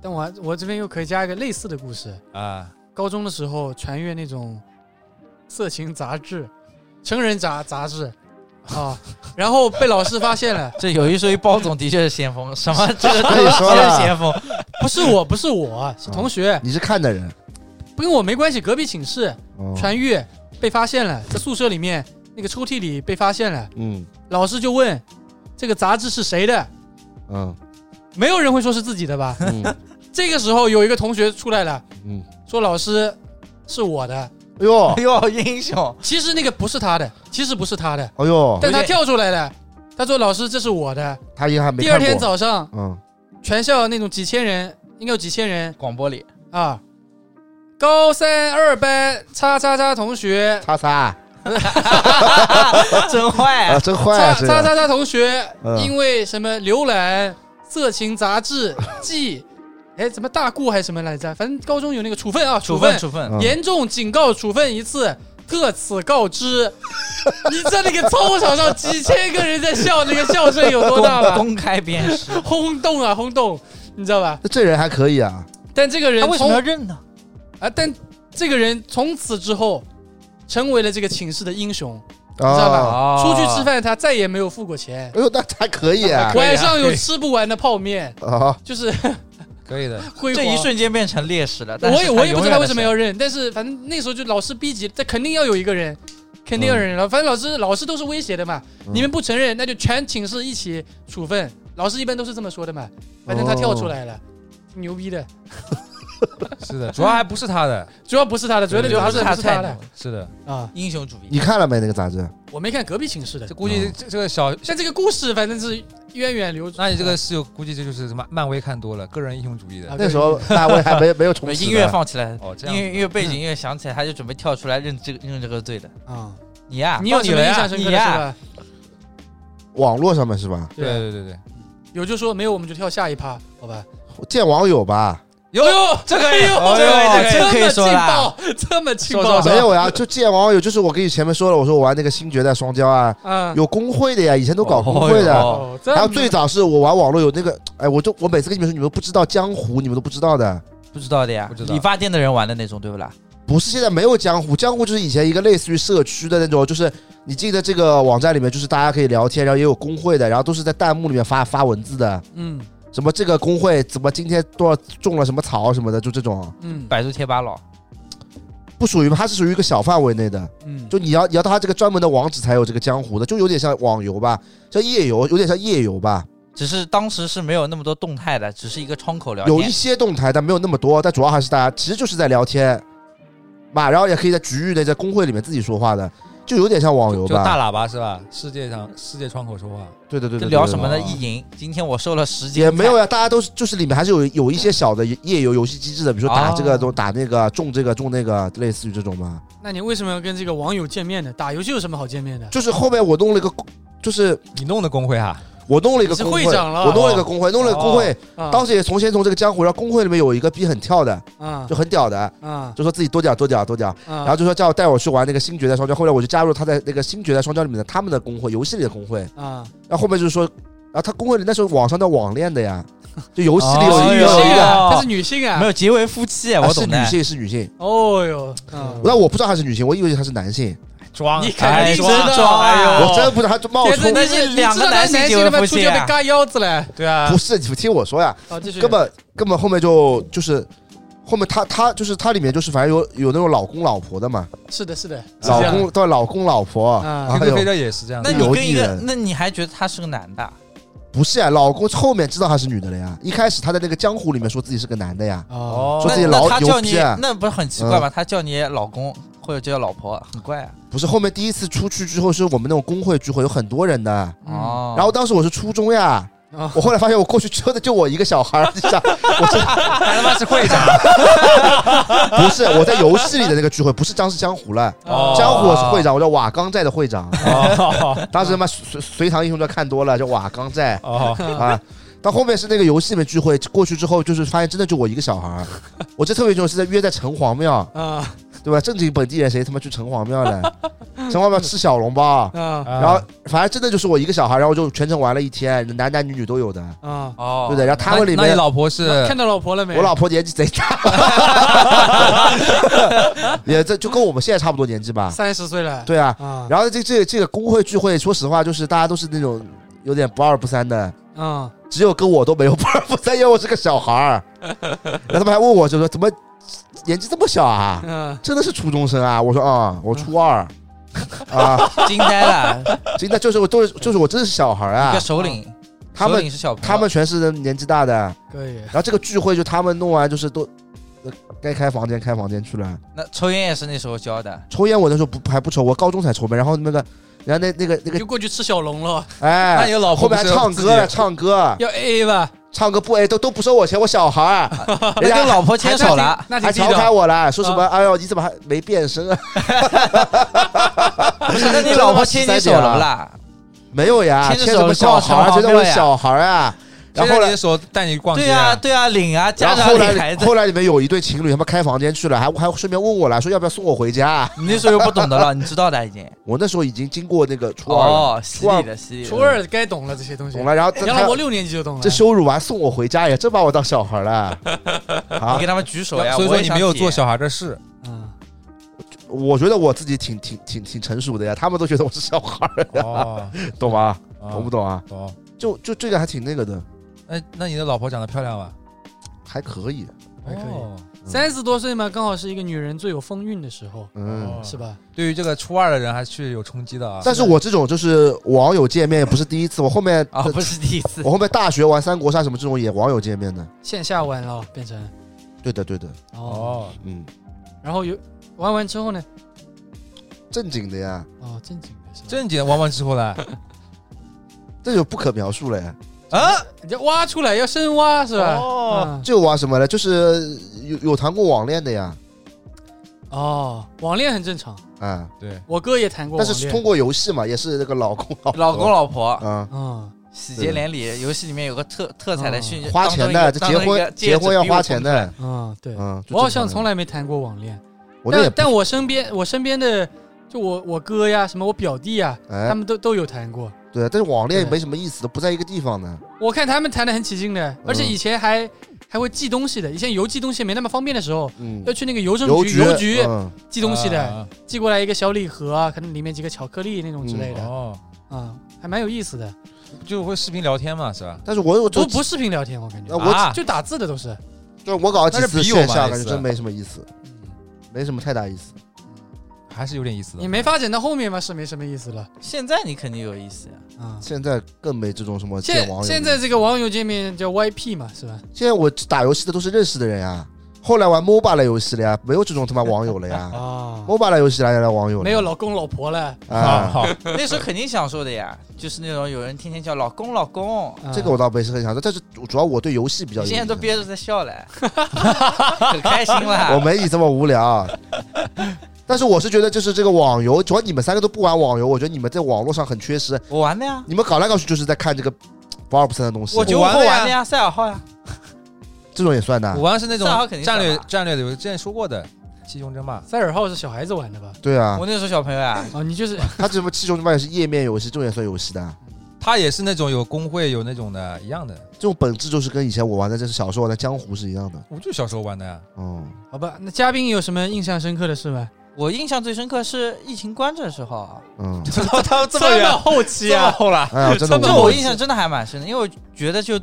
但我还我这边又可以加一个类似的故事。啊，高中的时候传阅那种色情杂志，成人杂杂志啊，然后被老师发现了。这有一说一，包总的确是先锋，什么这个可以 说真了是先锋。 不是我，不是我，是同学，你是看的人，不跟我没关系。隔壁寝室哦传阅被发现了，在宿舍里面那个抽屉里被发现了，嗯老师就问这个杂志是谁的，嗯？没有人会说是自己的吧 嗯这个时候有一个同学出来了， 嗯，说老师是我的，哎呦哎呦，英雄！其实那个不是他的，其实不是他的，哎呦，但他跳出来了，他说老师这是我的。他应该还没第二看天过。早上，嗯，全校那种几千人，应该有几千人广播里啊。高三二班叉叉叉同学，叉叉真坏啊，啊！ 真坏叉啊！这叉个叉叉同学嗯，因为什么浏览色情杂 志记，哎，什么大顾还是什么来着？反正高中有那个处分啊，处分分，处分，嗯严重警告处分一次。特此告知， 你知道那个操场上几千个人在笑，那个笑声有多大公 吗？公开鞭尸。轰动啊，轰动，你知道吧？那这人还可以啊，但这个人他为什从么要认呢？啊，但这个人从此之后成为了这个寝室的英雄，啊，知道吧哦出去吃饭他再也没有付过钱，哎呦，那还可以啊 可以，啊晚上有吃不完的泡面，啊，就是可 以的，辉煌。这一，瞬间变成烈士了。但是我也我也不知道他为什么要永远认，但是反正那时候就老师逼急，这肯定要有一个人。肯定要有人了，反正老师老师都是威胁的嘛，嗯你们不承认，那就全寝室一起处分。老师一般都是这么说的嘛，反正他跳出来了，挺牛逼的。是的，主要还不是他的，主要不是他的，主要那对个杂的志是他不是他菜的鸟，是的，啊！英雄主义你。看了没那个杂啊志？我没看隔壁寝室的这，估哦计嗯这这个小，像这个故事反正是源远流长。那你这个室友估计这就是什么漫威看多了，个人英雄主义的啊那时候漫威还没没有 重把启呢音乐放起来，哦，这音样乐音乐背景嗯音乐响起来，他就准备跳出来认这个认这个罪的。啊，你呀，你有什么印象深刻的你是呀，吧？网络上面是吧？对对对对，有就说没有，我们就跳下一趴，好吧？见网友吧，有哎呦，这个以哎呦这个可这以么说劲啦爆，这么劲说啊爆，说没有呀，就见网友，就是我跟你前面说了，我说我玩那个星爵的双骄啊，啊，有工会的呀，以前都搞工会哦的。哟哦，这还有最早是我玩网络有那个，哎，我就我每次跟你们说，你们不知道江湖，你们都不知道的。不知道的呀不知，道理发店的人玩的那种，对不啦？不是现在没有江湖，江湖就是以前一个类似于社区的那种，就是你进的这个网站里面，就是大家可以聊天，然后也有工会的，然后都是在弹幕里面发发文字的，嗯什么这个工会怎么今天多少种了什么草什么的，就这种嗯百度贴吧佬，不属于它是属于一个小范围内的，嗯，就你要你要到它这个专门的网址才有这个江湖的，就有点像网游吧，像夜游，有点像夜游吧，只是当时是没有那么多动态的，只是一个窗口聊有一天。些动态，但没有那么多，但主要还是大家其实就是在聊天嘛，然后也可以在局域内在工会里面自己说话的。就有点像网游就大吧？喇叭是吧？世界上世界窗口说话，对对对这对，聊什么呢？对对意淫，今天我瘦了十斤，也没有呀，大家都是就是里面还是有有一些小的页游游戏机制的，比如说打这个哦都打那个中这个中那个，类似于这种嘛。那你为什么要跟这个网友见面呢？打游戏有什么好见面的？就是后面我弄了一个，就是你弄的工会啊？我弄了一个你是工会，会长了我弄了一个工会，弄了一个工会，啊当时也从先从这个江湖，然后工会里面有一个逼很跳的，啊就很屌的，啊就说自己多屌多屌多屌，然后啊就说叫我带我去玩那个新决赛双骄，后来我就加入他在那个新决赛双骄里面的他们的工会，游戏里的工会，啊！然后后面就是说，然后他工会里那时候网上的网恋的呀，就游戏里有哦一女个有性哦啊，她是女性啊没，有结为夫妻，啊我是懂女的。性是女性，哦哟，嗯那我不知道他是女性，我以为他是男性，装你肯哎，定真知道，装！哎哦呦，我真不知道他就冒天充子，那你是是两个男性性结他婚妈夫出妻去被啊嘎腰子了。对啊不，是，你听我说呀，好，继续。根本根本后面就就是后面他他就是他里面就是反正有有那种老公老婆的嘛，是的，是的，是老这样公对老公老婆，嗯哎听呦着飞着也是这样那的。你跟有一艺个人，那你还觉得他是个男的？不是啊，老公后面知道她是女的了呀，一开始她在那个江湖里面说自己是个男的呀，哦，哦说自己那老那他叫牛你逼啊，那不是很奇怪吗？他叫你老公或者叫老婆，很怪啊。不是后面第一次出去之后是我们那种工会聚会，有很多人的，哦，哦，嗯然后当时我是初中哦呀。我后来发现，我过去车的就我一个小 孩儿，你想，我是他妈是会长， 不是我在游戏里的那个聚会，不是张氏江湖了，哦江湖我是会长，我叫瓦岗寨的会 长。哦当时他妈隋隋唐英雄传看多了，叫瓦岗寨，哦，啊。到后面是那个游戏里面聚会，过去之后就是发现真的就我一个小孩儿，我这特别重要是在约在城隍庙，啊对吧？正经本地人谁他妈去城隍庙嘞？城隍庙吃小笼包，啊 然后反正真的就是我一个小孩儿，然后就全程玩了一天，男男女女都有的，啊！哦对，不对？然后他们里那你面。老婆是看到老婆了没？我老婆年纪贼大， 也这就跟我们现在差不多年纪吧。三十岁了。对啊，啊然后这这这个工会聚会，说实话就是大家都是那种有点不二不三的，啊只有跟我都没有不二不三，因为我是个小孩儿。然后他们还问我，就说怎么年纪这么小啊？嗯真的是初中生啊？我说啊、嗯我初二 啊，惊呆 了，真的就是我都是就是我真的是小孩儿一啊个。首领， 他首们领是小朋友他们全是年纪大的，可以。然后这个聚会就他们弄完就是都。呃该开房间开房间去了，那抽烟也是那时候教的，抽烟我那时候不还不抽，我高中才抽呗。然后那个，然后那那个那你个，就过去吃小龙了，那哎你，的老后面婆还不是唱自己歌唱歌要 AA 吧？唱歌不 A 都都不收我钱，我小孩儿，那人家跟老婆牵手了，那挺哎还地调侃道。我了，说什么？哎呦，你怎么还没变声啊？ 不是？那你老婆牵你手了 不啦？没有呀，牵着牵什么小孩儿？手觉得逛城隍庙我呀小孩儿啊？然牵后后着来你的，手带你逛街，对啊，，对啊，领啊，家然后长后领孩来， 子。后来里面有一对情侣，他们开房间去了，还还顺便问我了，说要不要送我回家？你那时候又不懂得了，你知道的 已经。我那时候已经经过那个初二了，哦，洗礼的洗礼的。初二该懂了这些东西懂。了，然后他原来我他六年级就懂了。啊这羞辱完送我回家呀，真把我当小孩儿了啊你给！他们举手呀，所以啊说我也你想没有体做验小孩的事，嗯我觉得我自己挺挺挺挺成熟的呀，他们都觉得我是小孩儿，哦，懂吗？啊懂不懂啊？懂。就就这个还挺那个的，那那你的老婆长得漂亮吗？还可以，还可以哦三十多岁嘛，刚好是一个女人最有风韵的时候，嗯。哦是吧？对于这个初二的人还是有冲击的啊。但是我这种就是网友见面也不是第一次，我后面啊，不是第一次 我。后面大学玩三国杀什么这种也网友见面的。线下玩了变成对的，对的，哦，哦，嗯，然后有玩完之后呢？正经的呀，哦，正经的是吧正经玩完之后呢，这就不可描述了呀。啊，你这挖出来要深挖是吧？哦嗯这玩什么呢？就是有有谈过网恋的呀，哦，网恋很正常，啊、对，我哥也谈过但网是恋。是通过游戏嘛，也是那个老公老老公老婆啊、嗯，喜结连理，游戏里面有个特特彩的训，嗯，花钱的，这结婚结婚要花钱的。的，嗯，对，嗯，就我好像正常从的来没谈过网恋，我那也但不但我身边我身边的就我我哥呀，什么我表弟呀，他哎，们都都有谈过。对，但是网恋也对没什么意思，都不在一个地方呢。我看他们谈的很起劲嗯的，而且以前还还会寄东西的。以前邮寄东西没那么方便的时候，嗯要，去那个邮政邮局邮局嗯，寄东西的，啊寄过来一个小礼盒啊，可能里面几个巧克力那种之类的，哦，啊，还蛮有意思的。就会视频聊天嘛，是吧？但是我我不就不视频聊天，我感那觉我啊就打字的都是。就我搞了几那是次笔友线嘛下，意感觉思真没什么意思，嗯没什么太大意思。还是有点意思的你。没发展到后面嘛，是没什么意思了现在你肯定有意 思呀，啊。现在更没这种什么见现网友。现在这个网友见面叫 YP 嘛，是吧？现在我打游戏的都是认识的人呀、后来玩 MOBA 类游戏了呀，没有这种他妈网友了 呀啊， ，MOBA 类游戏哪来的网友了？没有老公老婆了。啊，好，那时候肯定享受的呀，就是那种有人天天叫老公老公，啊这个我倒不是很想说，但是主要我对游戏比较你有现在影都响憋着在 笑了，很开心 啦。我没你这么无聊。啊但是我是觉得，就是这个网游，主要你们三个都不玩网游，我觉得你们在网络上很缺失。我玩的呀，你们搞来搞去就是在看这个不二不三的东西，我九五玩后的呀玩的呀，赛尔号呀，这种也算的我。玩的是那种正好肯定是战略打吧战略的，我之前说过的《七雄争霸》，塞尔号是小孩子玩的吧？对啊我，那时候小朋友呀，啊，你就是它这什么七雄争霸也是页面游戏，这种也算游戏的。它也是那种有工会有那种的一样的，这种本质就是跟以前我玩的，这是小时候玩的江湖是一样的。我就小时候玩的呀。嗯，好吧？那嘉宾有什么印象深刻的事吗？我印象最深刻是疫情关着的时候，啊嗯，到他这么这远么后期这么啊，后了，哎呀，真的这这 么我我印象真的还蛮深的，因为我觉得就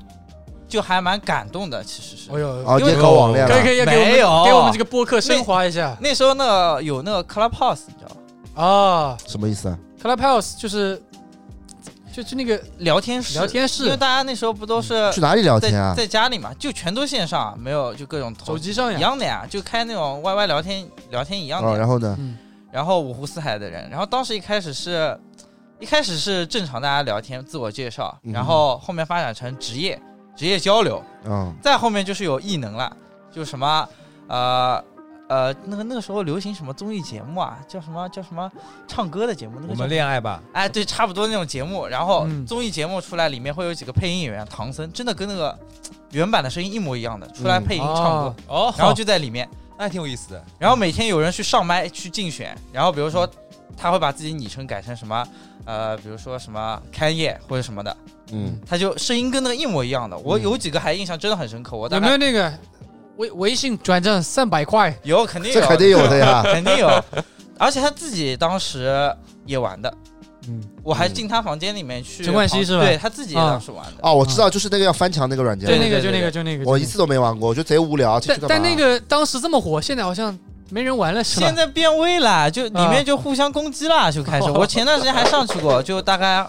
就还蛮感动的，其实哎是。呦，啊，因你为也搞网恋可以了可以要没给我有们给我们这个播客升华一下那时候那个有那个 Clubhouse，你知道吧？啊。什么意思啊？ Clubhouse 就是就就那个聊天室，聊天因室嗯为，大家那时候不都是去哪里聊在天啊？在家里嘛，就全都线上，没有就各种投手机上一呀。样的呀，就开那种 YY 聊天聊天一样的哦，呀。然后呢？嗯，然后五湖四海的人，然后当时一开始是，一开始是正常大家聊天自我介绍，嗯然后后面发展成职业职业交流，嗯，再后面就是有异能了，就什么呃呃那个那个时候流行什么综艺节目啊，叫什么叫什么唱歌的节目，那我个们叫。恋爱吧，哎，对，差不多那种节目，然后嗯综艺节目出来，里面会有几个配音演员，唐僧真的跟那个原版的声音一模一样的，出来嗯配音唱歌哦，哦然后就在里面，那还挺有意思的。然后每天有人去上麦去竞选，然后比如说他会把自己昵称改成什么，呃，比如说什么开业或者什么的，嗯，他就声音跟那个一模一样的。我有几个还印象真的很深刻，我嗯大有没概有那个微微信转账三百块？有肯定有，这肯定有的 呀。肯定 有，而且他自己当时也玩的，嗯，我还进他房间里面去旁，陈冠希是吧对他自己也当时玩的，哦，我知道，就是那个要翻墙那个软件就，那个对对就那对个就那个。我就一次都没玩过，我觉得贼无聊。进那去个但干但嘛那个当时这么火，现在好像没人玩了是吧？嗯现在变味啦，就里面就互相攻击啦，就 开始。我前段时间还上去过，就大概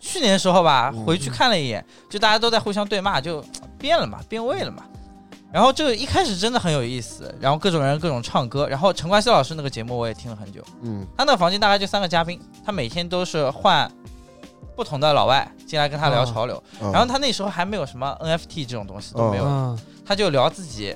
去年时候吧，嗯回去看了一眼，就大家都在互相对骂，就变了嘛，变味了嘛。然后这一开始真的很有意思，然后各种人各种唱歌，然后陈冠希老师那个节目我也听了很久，嗯，他那个房间大概就三个嘉宾，他每天都是换不同的老外进来跟他聊潮流，嗯然后他那时候还没有什么 NFT 这种东西都没有，嗯他就聊自己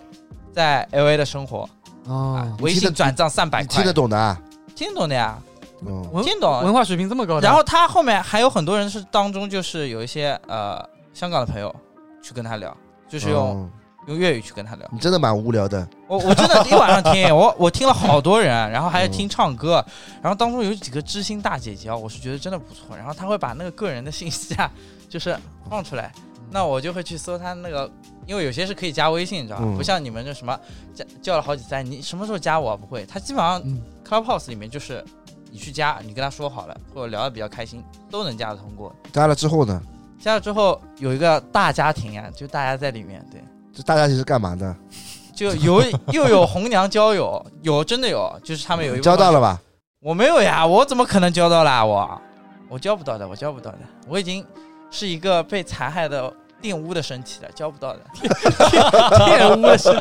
在 LA 的生活，啊嗯哦，微信转账三百你块，听得懂的啊？听懂的呀，嗯，文听懂。文化水平这么高的，然后他后面还有很多人是当中就是有一些呃香港的朋友去跟他聊，就是用、哦用粤语去跟他聊。你真的蛮无聊的。我我真的一晚上听，我我听了好多人，然后还嗯有听唱歌，然后当中有几个知心大姐姐啊，我是觉得真的不错。然后他会把那个个人的信息啊，就是放出来，嗯那我就会去搜他那个，因为有些是可以加微信，你知道吧？嗯不像你们这什么加叫了好几次，哎你什么时候加我啊？不会，他基本上嗯 Clubhouse 里面就是你去加，你跟他说好了，或者聊得比较开心，都能加得通过。加了之后呢，加了之后有一个大家庭啊，就大家在里面，对，这大家其实干嘛的？就 有又有红娘交友，有真的有，就是他们有一你交到了，了吧？我没有呀，我怎么可能交到啦？我我交不到的，我交不到的，我已经是一个被残害的。玷污的身体了，交 不到的，玷污了是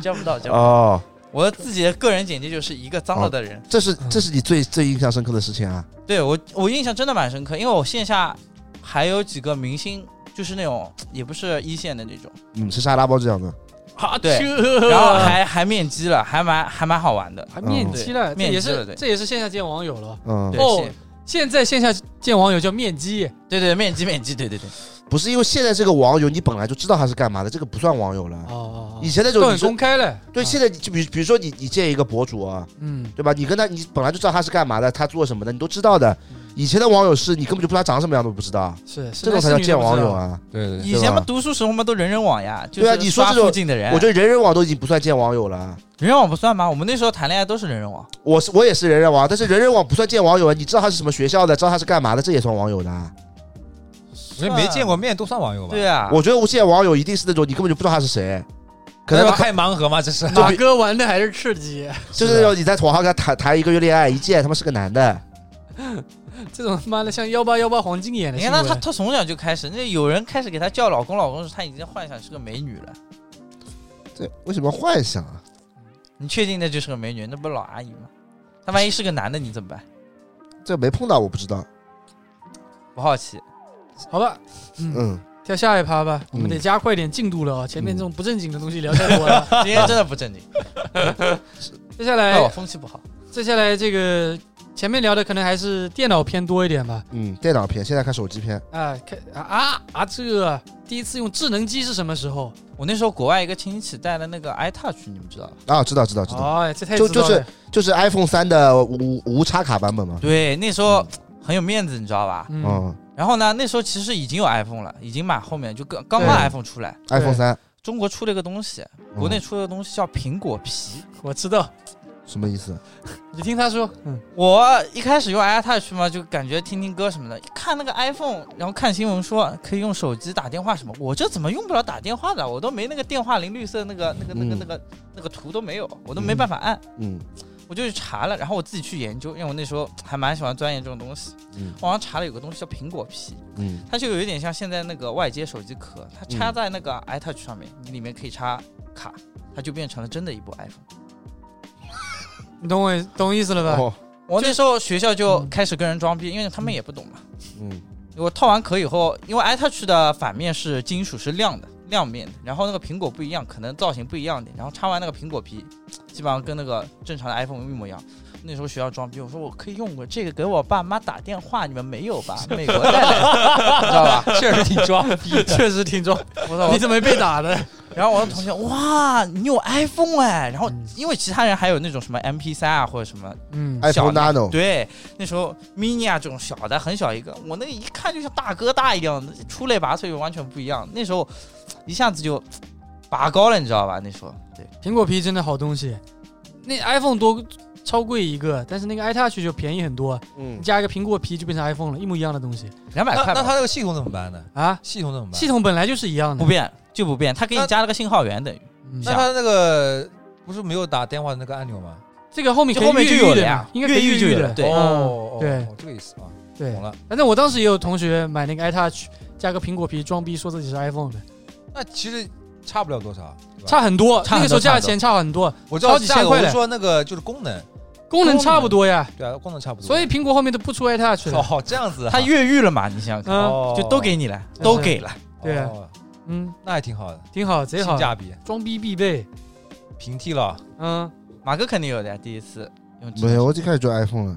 交不到，交不到。哦，我自己的个人简介就是一个脏了的人，这是这是你最最印象深刻的事情啊！对我，我印象真的蛮深刻，因为我线下还有几个明星，就是那种也不是一线的那种，嗯，吃沙拉包这样的，啊，对这然后还还面基了，还蛮还蛮好玩的。还面基了，嗯这也面基了是对这也是线下见网友了。嗯对，，哦线现在线下见网友叫面基，嗯对对，面基面基，对对对，不是因为现在这个网友，你本来就知道他是干嘛的，这个不算网友哦了。哦，以哦前那都种你很是公开了。对，啊现在你就比比如说你你见一个博主啊，嗯，对吧？你跟他你本来就知道他是干嘛的，他做什么的，你都知道的。以前的网友是你根本就不知道他长什么样都不知道，啊是嗯是这种才叫见网友。是男是女都不知道啊！对对以前嘛读书时候嘛都人人网呀，就对啊是你说刷这种附近的人，我觉得人人网都已经不算见网友了。人人网不算吗？我们那时候谈恋爱都是人人网，我是我也是人人网，但是人人网不算见网友啊！你知道他是什么学校的，知道他是干嘛的，这也算网友的啊。因为没见过面都算网友吧？对啊，我觉得无限网友一定是那种你根本就不知道他是谁，可能要他开盲盒吗？这是 马哥玩的还是刺激，就是那种你在网上跟他谈谈一个月恋爱，一见他妈是个男的， 这种他妈的像幺八幺八黄金眼的你新看闻。他他他从小就开始，那有人开始给他叫老公老公时，他已经幻想是个美女了。这为什么幻想啊？你确定那就是个美女？那不是老阿姨吗？她万一是个男的，你怎么办？这没碰到我不知道。不好奇。好吧，嗯，嗯，跳下一趴吧，我们得加快点进度了啊！前面这种不正经的东西聊太多 了。今天真的不正经，接下怪哦我来，风气不好。接下来这个前面聊的可能还是电脑偏多一点吧。嗯，电脑片，现在看手机片，啊，看啊啊啊！这个第一次用智能机是什么时候？我那时候国外一个亲戚带了那个 iTouch，你们知道吧？啊，知道知道知道，哦哎，这太就知道就是了就是 iPhone 三的无无插卡版本嘛。对，那时候很有面子，你知道吧？嗯，嗯然后呢，那时候其实已经有 iPhone 了，已经买后面就刚刚对卖 iPhone 出来， ，iPhone 三，中国出了一个东西，国内出了个东西叫苹果皮。我知道。嗯什么意思？你听他说，嗯，我一开始用 iTouch 嘛，就感觉听听歌什么的，一看那个 iPhone，然后看新闻说可以用手机打电话什么，我这怎么用不了打电话的？我都没那个电话铃绿色那个那个那个那个那个图都没有，我都没办法按。嗯我就去查了，然后我自己去研究，因为我那时候还蛮喜欢钻研这种东西。嗯网上查了有个东西叫苹果皮，嗯它就有一点像现在那个外接手机壳，它插在那个 iTouch 上面，你里面可以插卡，它就变成了真的一部 iPhone。你懂我懂意思了吧？哦我那时候学校就嗯开始跟人装逼，因为他们也不懂嘛。嗯我套完壳以后，因为 iTouch 的反面是金属，是亮的亮面的，然后那个苹果不一样，可能造型不一样点，然后插完那个苹果皮，基本上跟那个正常的 iPhone 一模一样。那时候学校装逼，我说我可以用过这个给我爸妈打电话，你们没有吧？美国带的， 你知道吧？确实挺装逼 的。确实 挺重，我操！我你怎么没被打 的？然后我的同学，哇，你有 iPhone 哎！然后嗯因为其他人还有那种什么 MP 3啊或者什么，哦嗯， ，iPhone 小的 Nano，对，那时候 mini 啊这种小的很小一个，我那一看就像大哥大一样的，出类拔萃完全不一样。那时候一下子就拔高了，你知道吧？那时候对，苹果皮真的好东西，那 iPhone 多超贵一个，但是那个 iTouch 就便宜很多，嗯你，加一个苹果皮就变成 iPhone 了，一模一样的东西两百那块那吧它，那个系统怎么办呢？啊。系统怎么办？系统本来就是一样的不，变就不变，他给你那加了个信号源，等于嗯那它那个不是没有打电话的那个按钮吗？这个后面可就以后面就越狱有了的呀嘛，，应该可以越狱就越狱有的嗯了，，对。哦，哦对哦这个意思啊，对懂。了。反正我当时也有同学买那个 iTouch 加个苹果皮装逼，说自己是 iPhone 的，那其实差不了多少，对吧差很多，差那很多个时候价钱差很多，我知道超级价千格，块我嘞是说那个就是功能，功能差不多呀，对啊，功能差不多。所以苹果后面都不出 iTouch 了。哦，这样子啊，他越狱了嘛？你想想看，嗯哦就都给你了，是都给了。对啊哦嗯，那还挺好的，挺好，贼性好，价比装逼必备。平替了。嗯，马哥肯定有的呀，第一次用智能没有，我一开始就 iPhone 了，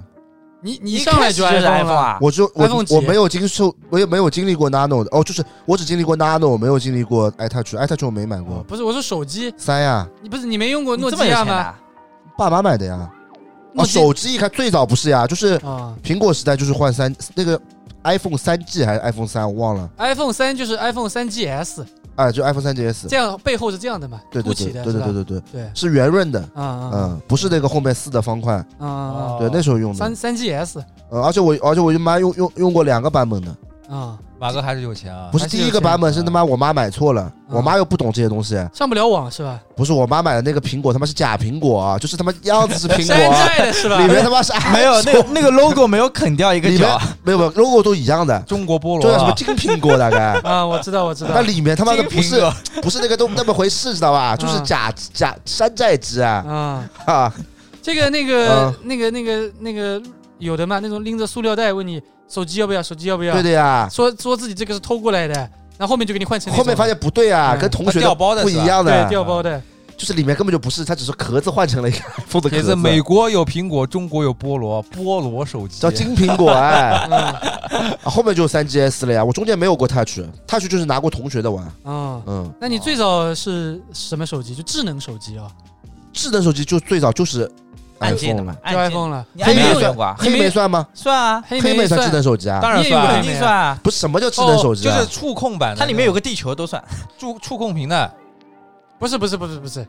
你你一一上来开始就就是 iPhone 了，啊？我就我 iPhone 几我没有经受，我也没有经历过 Nano 的，哦，就是我只经历过 Nano，我没有经历过 iTouch，iTouch 我没买哦过，不是，我说手机，三呀，你不是你没用过你诺这基么有亚钱的吗？啊？爸妈买的呀，诺哦，基手机一开最早不是呀，就是啊苹果时代就是换三那个 iPhone 三 G 还是 iPhone 三，我忘了， ，iPhone 三就是 iPhone 三 GS，哎，就 iPhone 三 GS，这样背后是这样的嘛，对凸对起对的是对对吧？对对对，对，是圆润的，啊啊嗯，不是那个后面四的方块，啊啊哦对，那时候用啊！的三，三 GS 呃，而且我而且我就妈用用用过两个版本的，啊，马哥还是有钱啊，不是还是第一有个钱啊版本是他妈我妈买错了，我妈又不懂这些东西，上不了网是吧？不是我妈买的那个苹果，他妈是假苹果啊， 就是他妈样子是 苹山 果啊，寨的是吧？。里面他妈是没 有，那个那个 logo 没有啃掉一个里面啊角，没有没有 logo 都一样的，中国菠就萝叫什么啊，金苹果大概 啊，我知道我知道那，里面他妈的金不苹是果不是那个都那么回事，知道吧？就是嗯假假山寨机啊啊，啊！这个那个嗯那个那个那个有的嘛，那种拎着塑料袋问你手机要不要，手机要不要对？的呀，说说自己这个是偷过来的，然后后面就给你换成那后面种发现不对啊，嗯跟同学它掉包的啊不是吧一样对的，掉包的，。就是里面根本就不是，它只是壳子换成了一个 iPhone 的也壳是子，美国有苹果，中国有菠萝，菠萝手机叫金苹果哎嗯啊后面就三 GS 了呀，我中间没有过 Touch，Touch 就是拿过同学的玩，嗯。嗯，那你最早是什么手机？就智能手机啊，智能手机就最早就是按键的 iPhone 嘛了，，就 iPhone 了。你按黑莓键有算用过啊？黑莓算吗？算啊，黑黑莓莓算算智能手机啊？当然业算务啊的肯定算啊，不是什么叫智能手机哦就啊？是触控版的那，它里面有个地球都算。触触控屏的，不是不是不是不是，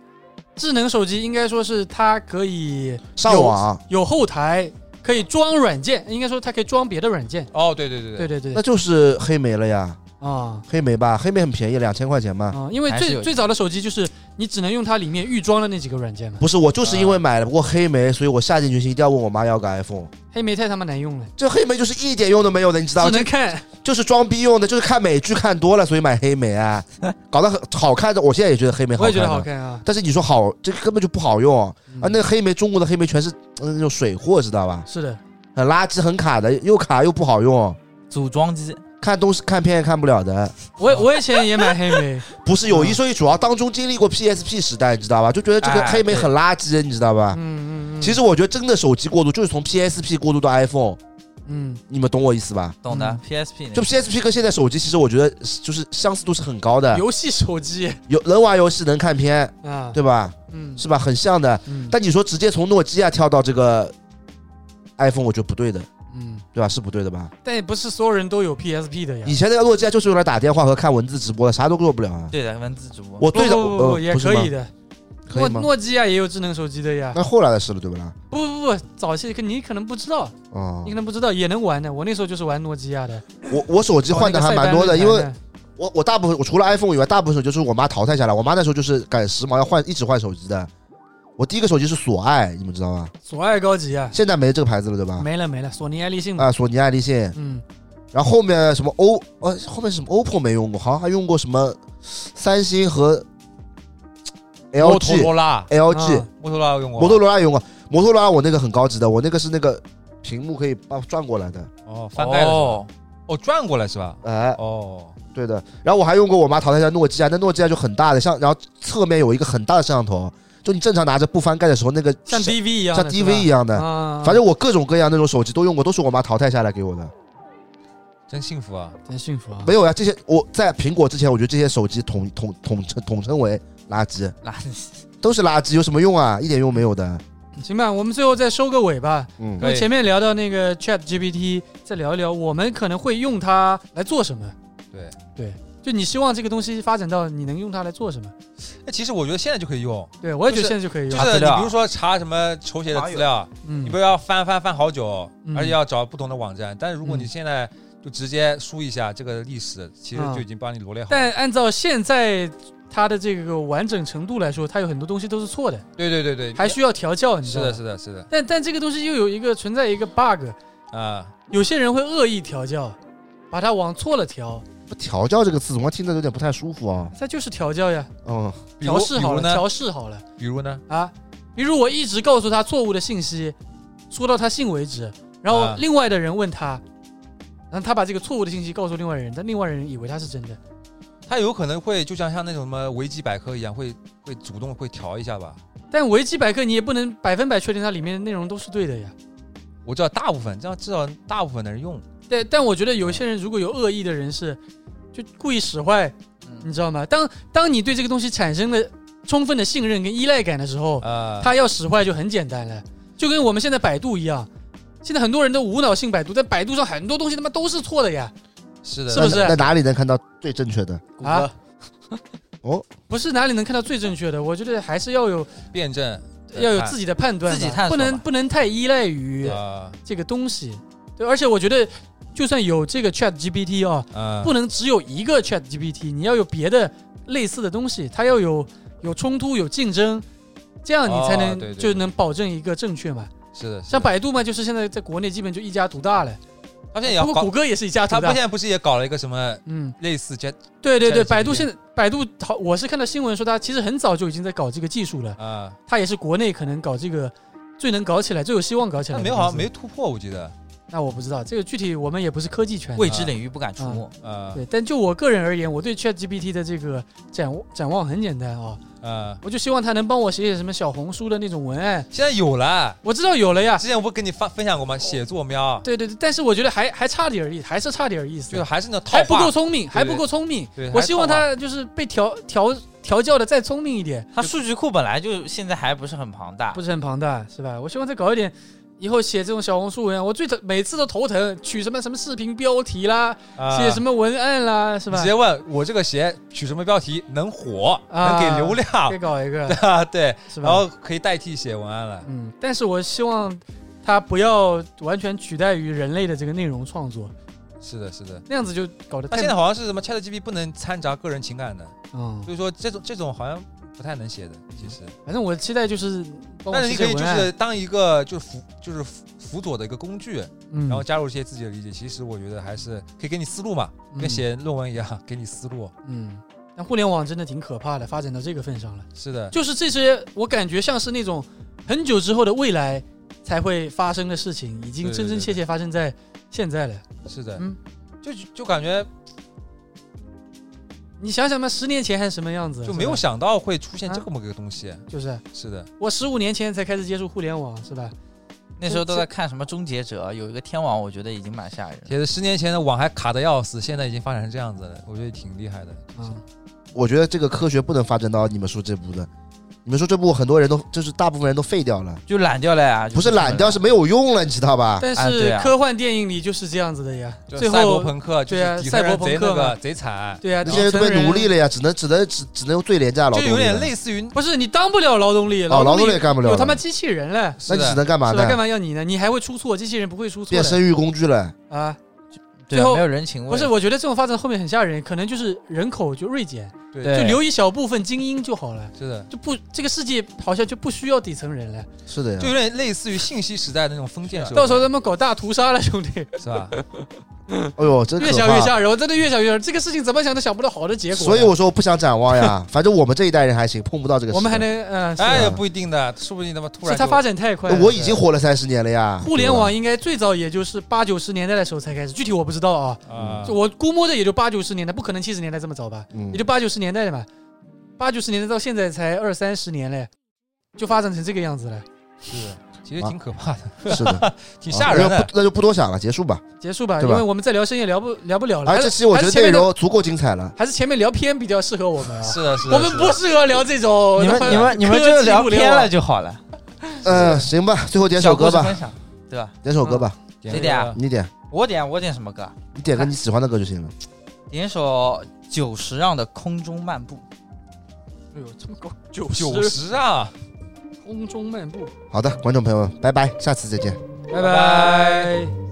智能手机应该说是它可以上网，啊有后台，可以装软件，应该说它可以装别的软件。哦，对对对对，对对那，就是黑莓了呀，啊黑莓吧，黑莓很便宜，两千块钱嘛。啊，因为还是有最最早的手机就是你只能用它里面预装的那几个软件嘛，不是，我就是因为买了不过黑莓，所以我下定决心一定要问我妈要个 iPhone。黑莓太他妈难用了，这黑莓就是一点用都没有的，你知道只吗？能看就是装逼用的，就是看美剧看多了，所以买黑莓啊，搞得很好看的。我现在也觉得黑莓好我看，也觉得好。看啊。但是你说好，这根本就不好用啊！嗯那个黑莓，中国的黑莓全是嗯那种水货，知道吧？是的，很垃圾，很卡的，又卡又不好用，组装机，看东西看片也看不了的。我我以前也买黑莓，不是有嗯一说一，主要当中经历过 PSP 时代，你知道吧？就觉得这个哎黑莓很垃圾，你知道吧？嗯嗯嗯，啊其实我觉得真的手机过渡就是从 PSP 过渡到 iPhone，嗯你们懂我意思吧？懂的嗯 PSP 那就个 PSP 跟现在手机，其实我觉得是就是相似度是很高的，游戏手机有能玩游戏，能看片，啊，对吧？嗯是吧？很像的。嗯但你说直接从诺基亚跳到这个 iPhone，我觉得不对的，嗯，对吧？是不对的吧？但也不是所有人都有 PSP 的呀。以前那个诺基亚就是用来打电话和看文字直播的，啥都做不了啊。对的文字主播，我不最早不不不呃也不是可以吗的，可诺以吗？诺基亚也有智能手机的呀。那后来的事了，对不啦？不不不，早期可你可能不知道，哦你可，能不知道也能玩的。我那时候就是玩诺基亚的，我我手机换的搞还那个蛮多的，塞班因论为坛的我我大部分我除了 iPhone 以外，大部分手机都是我妈淘汰下来。我妈那时候就是赶时髦，要换一直换手机的。我第一个手机是索爱，你们知道吗？索爱高级啊，现在没这个牌子了，对吧？没了没了，索尼爱立信嘛。啊，索尼爱立信，嗯，然后后面什么欧呃，后面是什么 OPPO 没用过，好像还用过什么三星和摩托 LG 罗拉， LG、啊摩托罗拉用过吗，摩托罗拉用过，摩托罗拉我那个很高级的，我那个是那个屏幕可以把转过来的，哦，翻盖的是吧，哦哦，转过来是吧？哎，哦，对的。然后我还用过我妈淘汰下诺基亚，那诺基亚就很大的，像然后侧面有一个很大的摄像头，就你正常拿着不翻盖的时候，那个像 DV 一样像的是吧， DV 一样的。啊，反正我各种各样那种手机都用过，都是我妈淘汰下来给我的。真幸福啊！真幸福啊。没有呀、这些我在苹果之前，我觉得这些手机统统统称统称为垃圾，垃圾。都是垃圾，有什么用啊？一点用没有的。行吧，我们最后再收个尾吧。嗯可以前面聊到那个 Chat GPT，再聊一聊我们可能会用它来做什么。对对，就你希望这个东西发展到你能用它来做什么？那哎其实我觉得现在就可以用，对我也觉得就是现在就可以就用。查是资你料啊比如说查什么球鞋的资料，嗯你不要翻翻翻好久嗯，而且要找不同的网站。但是如果你嗯现在就直接输一下这个历史，其实就已经帮你罗列好。但按照现在它的这个完整程度来说，它有很多东西都是错的，对对对对，还需要调教，你知是道吗的，是的，是的但但这个东西又有一个存在一个 bug，啊，有些人会恶意调教，把它往错了调，调教这个词总么听着有点不太舒服啊？它就是调教呀，嗯，比如调试比好如了，呢？调试好了比如呢？啊。比如我一直告诉他错误的信息，说到他信为止，然后啊另外的人问他，然后他把这个错误的信息告诉另外人，但另外人以为他是真的。它有可能会就像像那种什么维基百科一样，会会主动会调一下吧。但维基百科你也不能百分百确定它里面的内容都是对的呀。我知道大部分，这样至少大部分的人用。但但我觉得有些人如果有恶意的人是，就故意使坏，你知道吗？当当你对这个东西产生了充分的信任跟依赖感的时候，啊，它要使坏就很简单了，就跟我们现在百度一样。现在很多人都无脑信百度，但百度上很多东西他妈都是错的呀，是的，是不是那那哪里能看到最正确的？谷啊歌不是哪里能看到最正确的？我觉得还是要有辩证要有自己的判断吧，自己探不索吧能不能太依赖于啊这个东西。对，而且我觉得就算有这个 Chat GPT 啊、啊，不能只有一个 Chat GPT，你要有别的类似的东西，它要有有冲突、有竞争，这样你才能、哦对对对就能保证一个正确嘛。是的，是的像百度嘛，就是现在在国内基本就一家独大了，他现在也不要过搞谷，歌也是一家他独不现大。在不是也搞了一个什么嗯，类似这对对对， ChatGPT 百度现在百度好，我是看到新闻说它其实很早就已经在搞这个技术了，啊，它也是国内可能搞这个最能搞起来、最有希望搞起来但的。啊没有好像没，突破，我记得那我不知道这个具体我们也不是科技圈的。未知领域不敢触摸，啊对，但就我个人而言，我对 ChatGPT 的这个展望展望很简单啊、啊，我就希望他能帮我写写什么小红书的那种文案。现在有了。我知道有了呀，之前我不跟你发分享哦过吗？写作喵，对对对，但是我觉得还还差点意思，还是差点意就是思，还是那套还不话够聪明，对还不够聪明对。还我希望套话他就是被调调调教的再聪明一点，它数据库本来就现在还不是很庞大不，是很庞大，是吧？我希望再搞一点，以后写这种小红书文案，我最头每次都头疼，取什么什么视频标题啦，啊写什么文案啦，是你吧直？接问我这个鞋取什么标题能火，啊能给流再量，搞一个， 啊，对，是吧？然后可以代替写文案了。嗯，但是我希望它不要完全取代于人类的这个内容创作，是的，是的。那样子就搞得那太现在好像是什么 ChatGPT 不能掺杂个人情感的，嗯所以说这种这种好像不太能写的，其实。反正我的期待就是帮嗯我但写是你可写以文就案，是当一个就是辅就是辅辅佐的一个工具，嗯，然后加入一些自己的理解，其实我觉得还是可以给你思路嘛，跟嗯写论文一样，给你思路。嗯，但互联网真的挺可怕的，发展到这个份上了，是的，就是这些我感觉像是那种很久之后的未来才会发生的事情，已经对对真真切切发生在现在了。是的，嗯就就感觉你想想吧，十年前还是什么样子？啊就没有是想到会出现这啊么个东西。吧，就是是的，我十五年前才开始接触互联网，是吧？那时候都在看什么《终结者》，有一个天网，我觉得已经蛮吓人了。其实十年前的网还卡的要死，现在已经发展成这样子了，我觉得挺厉害的。啊，我觉得这个科学不能发展到你们说这步的。你们说这步很多人都就是大部分人都废掉了，就懒掉了呀，就不是懒掉，是没有用了，你知道吧？但啊对是啊科幻电影里就是这样子的呀，就最赛博后朋克，就对啊是底特人赛博贼朋克那个嘛贼惨，对呀、啊那底些人都层被人奴隶了呀，只能只能只只能用最廉价的劳就动力有了，点类似于不是你当不了劳动力，哦，劳动动力也干不了有他妈了，机器人了，那是你只的，能干嘛是吧？干呢？嘛要你呢？你还会出错，机器人不会出错变的生育工具了，啊！对最后没有人情味。不是，我觉得这种发展后面很吓人，可能就是人口就锐减，对对就哎留一小部分精英就好了，是的，就不这个世界好像就不需要底层人了。是的就呀。有点类似于信息时代的那种封建社会，嗯 到时候他们搞大屠杀了，兄弟，是 吧？哎呦，真可越想越怕！吓人，我真的越想越吓人。这个事情怎么想都想不到好的结果。所以我说我不想展望呀，反正我们这一代人还行，碰不到这个事。我们还能嗯，是哎，啊也不一定的，说不定他妈是突啊然它就发展太快那了。哎我已经活了三十年了呀。互联对网吧应该最早也就是八九十年代的时候才开始，具体我不知道啊，啊就，我估摸着也就八九十年代，不可能七十年代这么早吧，也嗯，就八九十年代的嘛，八九十年代到现在才二三十年嘞，就发展成这个样子了。是的，其实啊挺可怕的，是 的，挺哦吓人那就的不。那就不多想了，结束吧。结束吧，对因吧为我们再聊深夜聊不聊不了了。而还这是期我觉还得是前内面的容足够精彩了。还是前面聊偏比较适合我 们啊，是的，是 的，我们是的不适合聊这种你们你们你们科就技聊互联偏网了就好了，嗯，行吧，最后点首小故歌事吧分，享，对吧？嗯点首歌吧，这点啊个你点，我点我点什么歌啊？你点个你喜欢的歌就行了。点一首久石让的《空中漫步》。哎呦，这么高，九九十啊，空中漫步，好的，观众朋友们，拜拜，下次再见。拜拜拜拜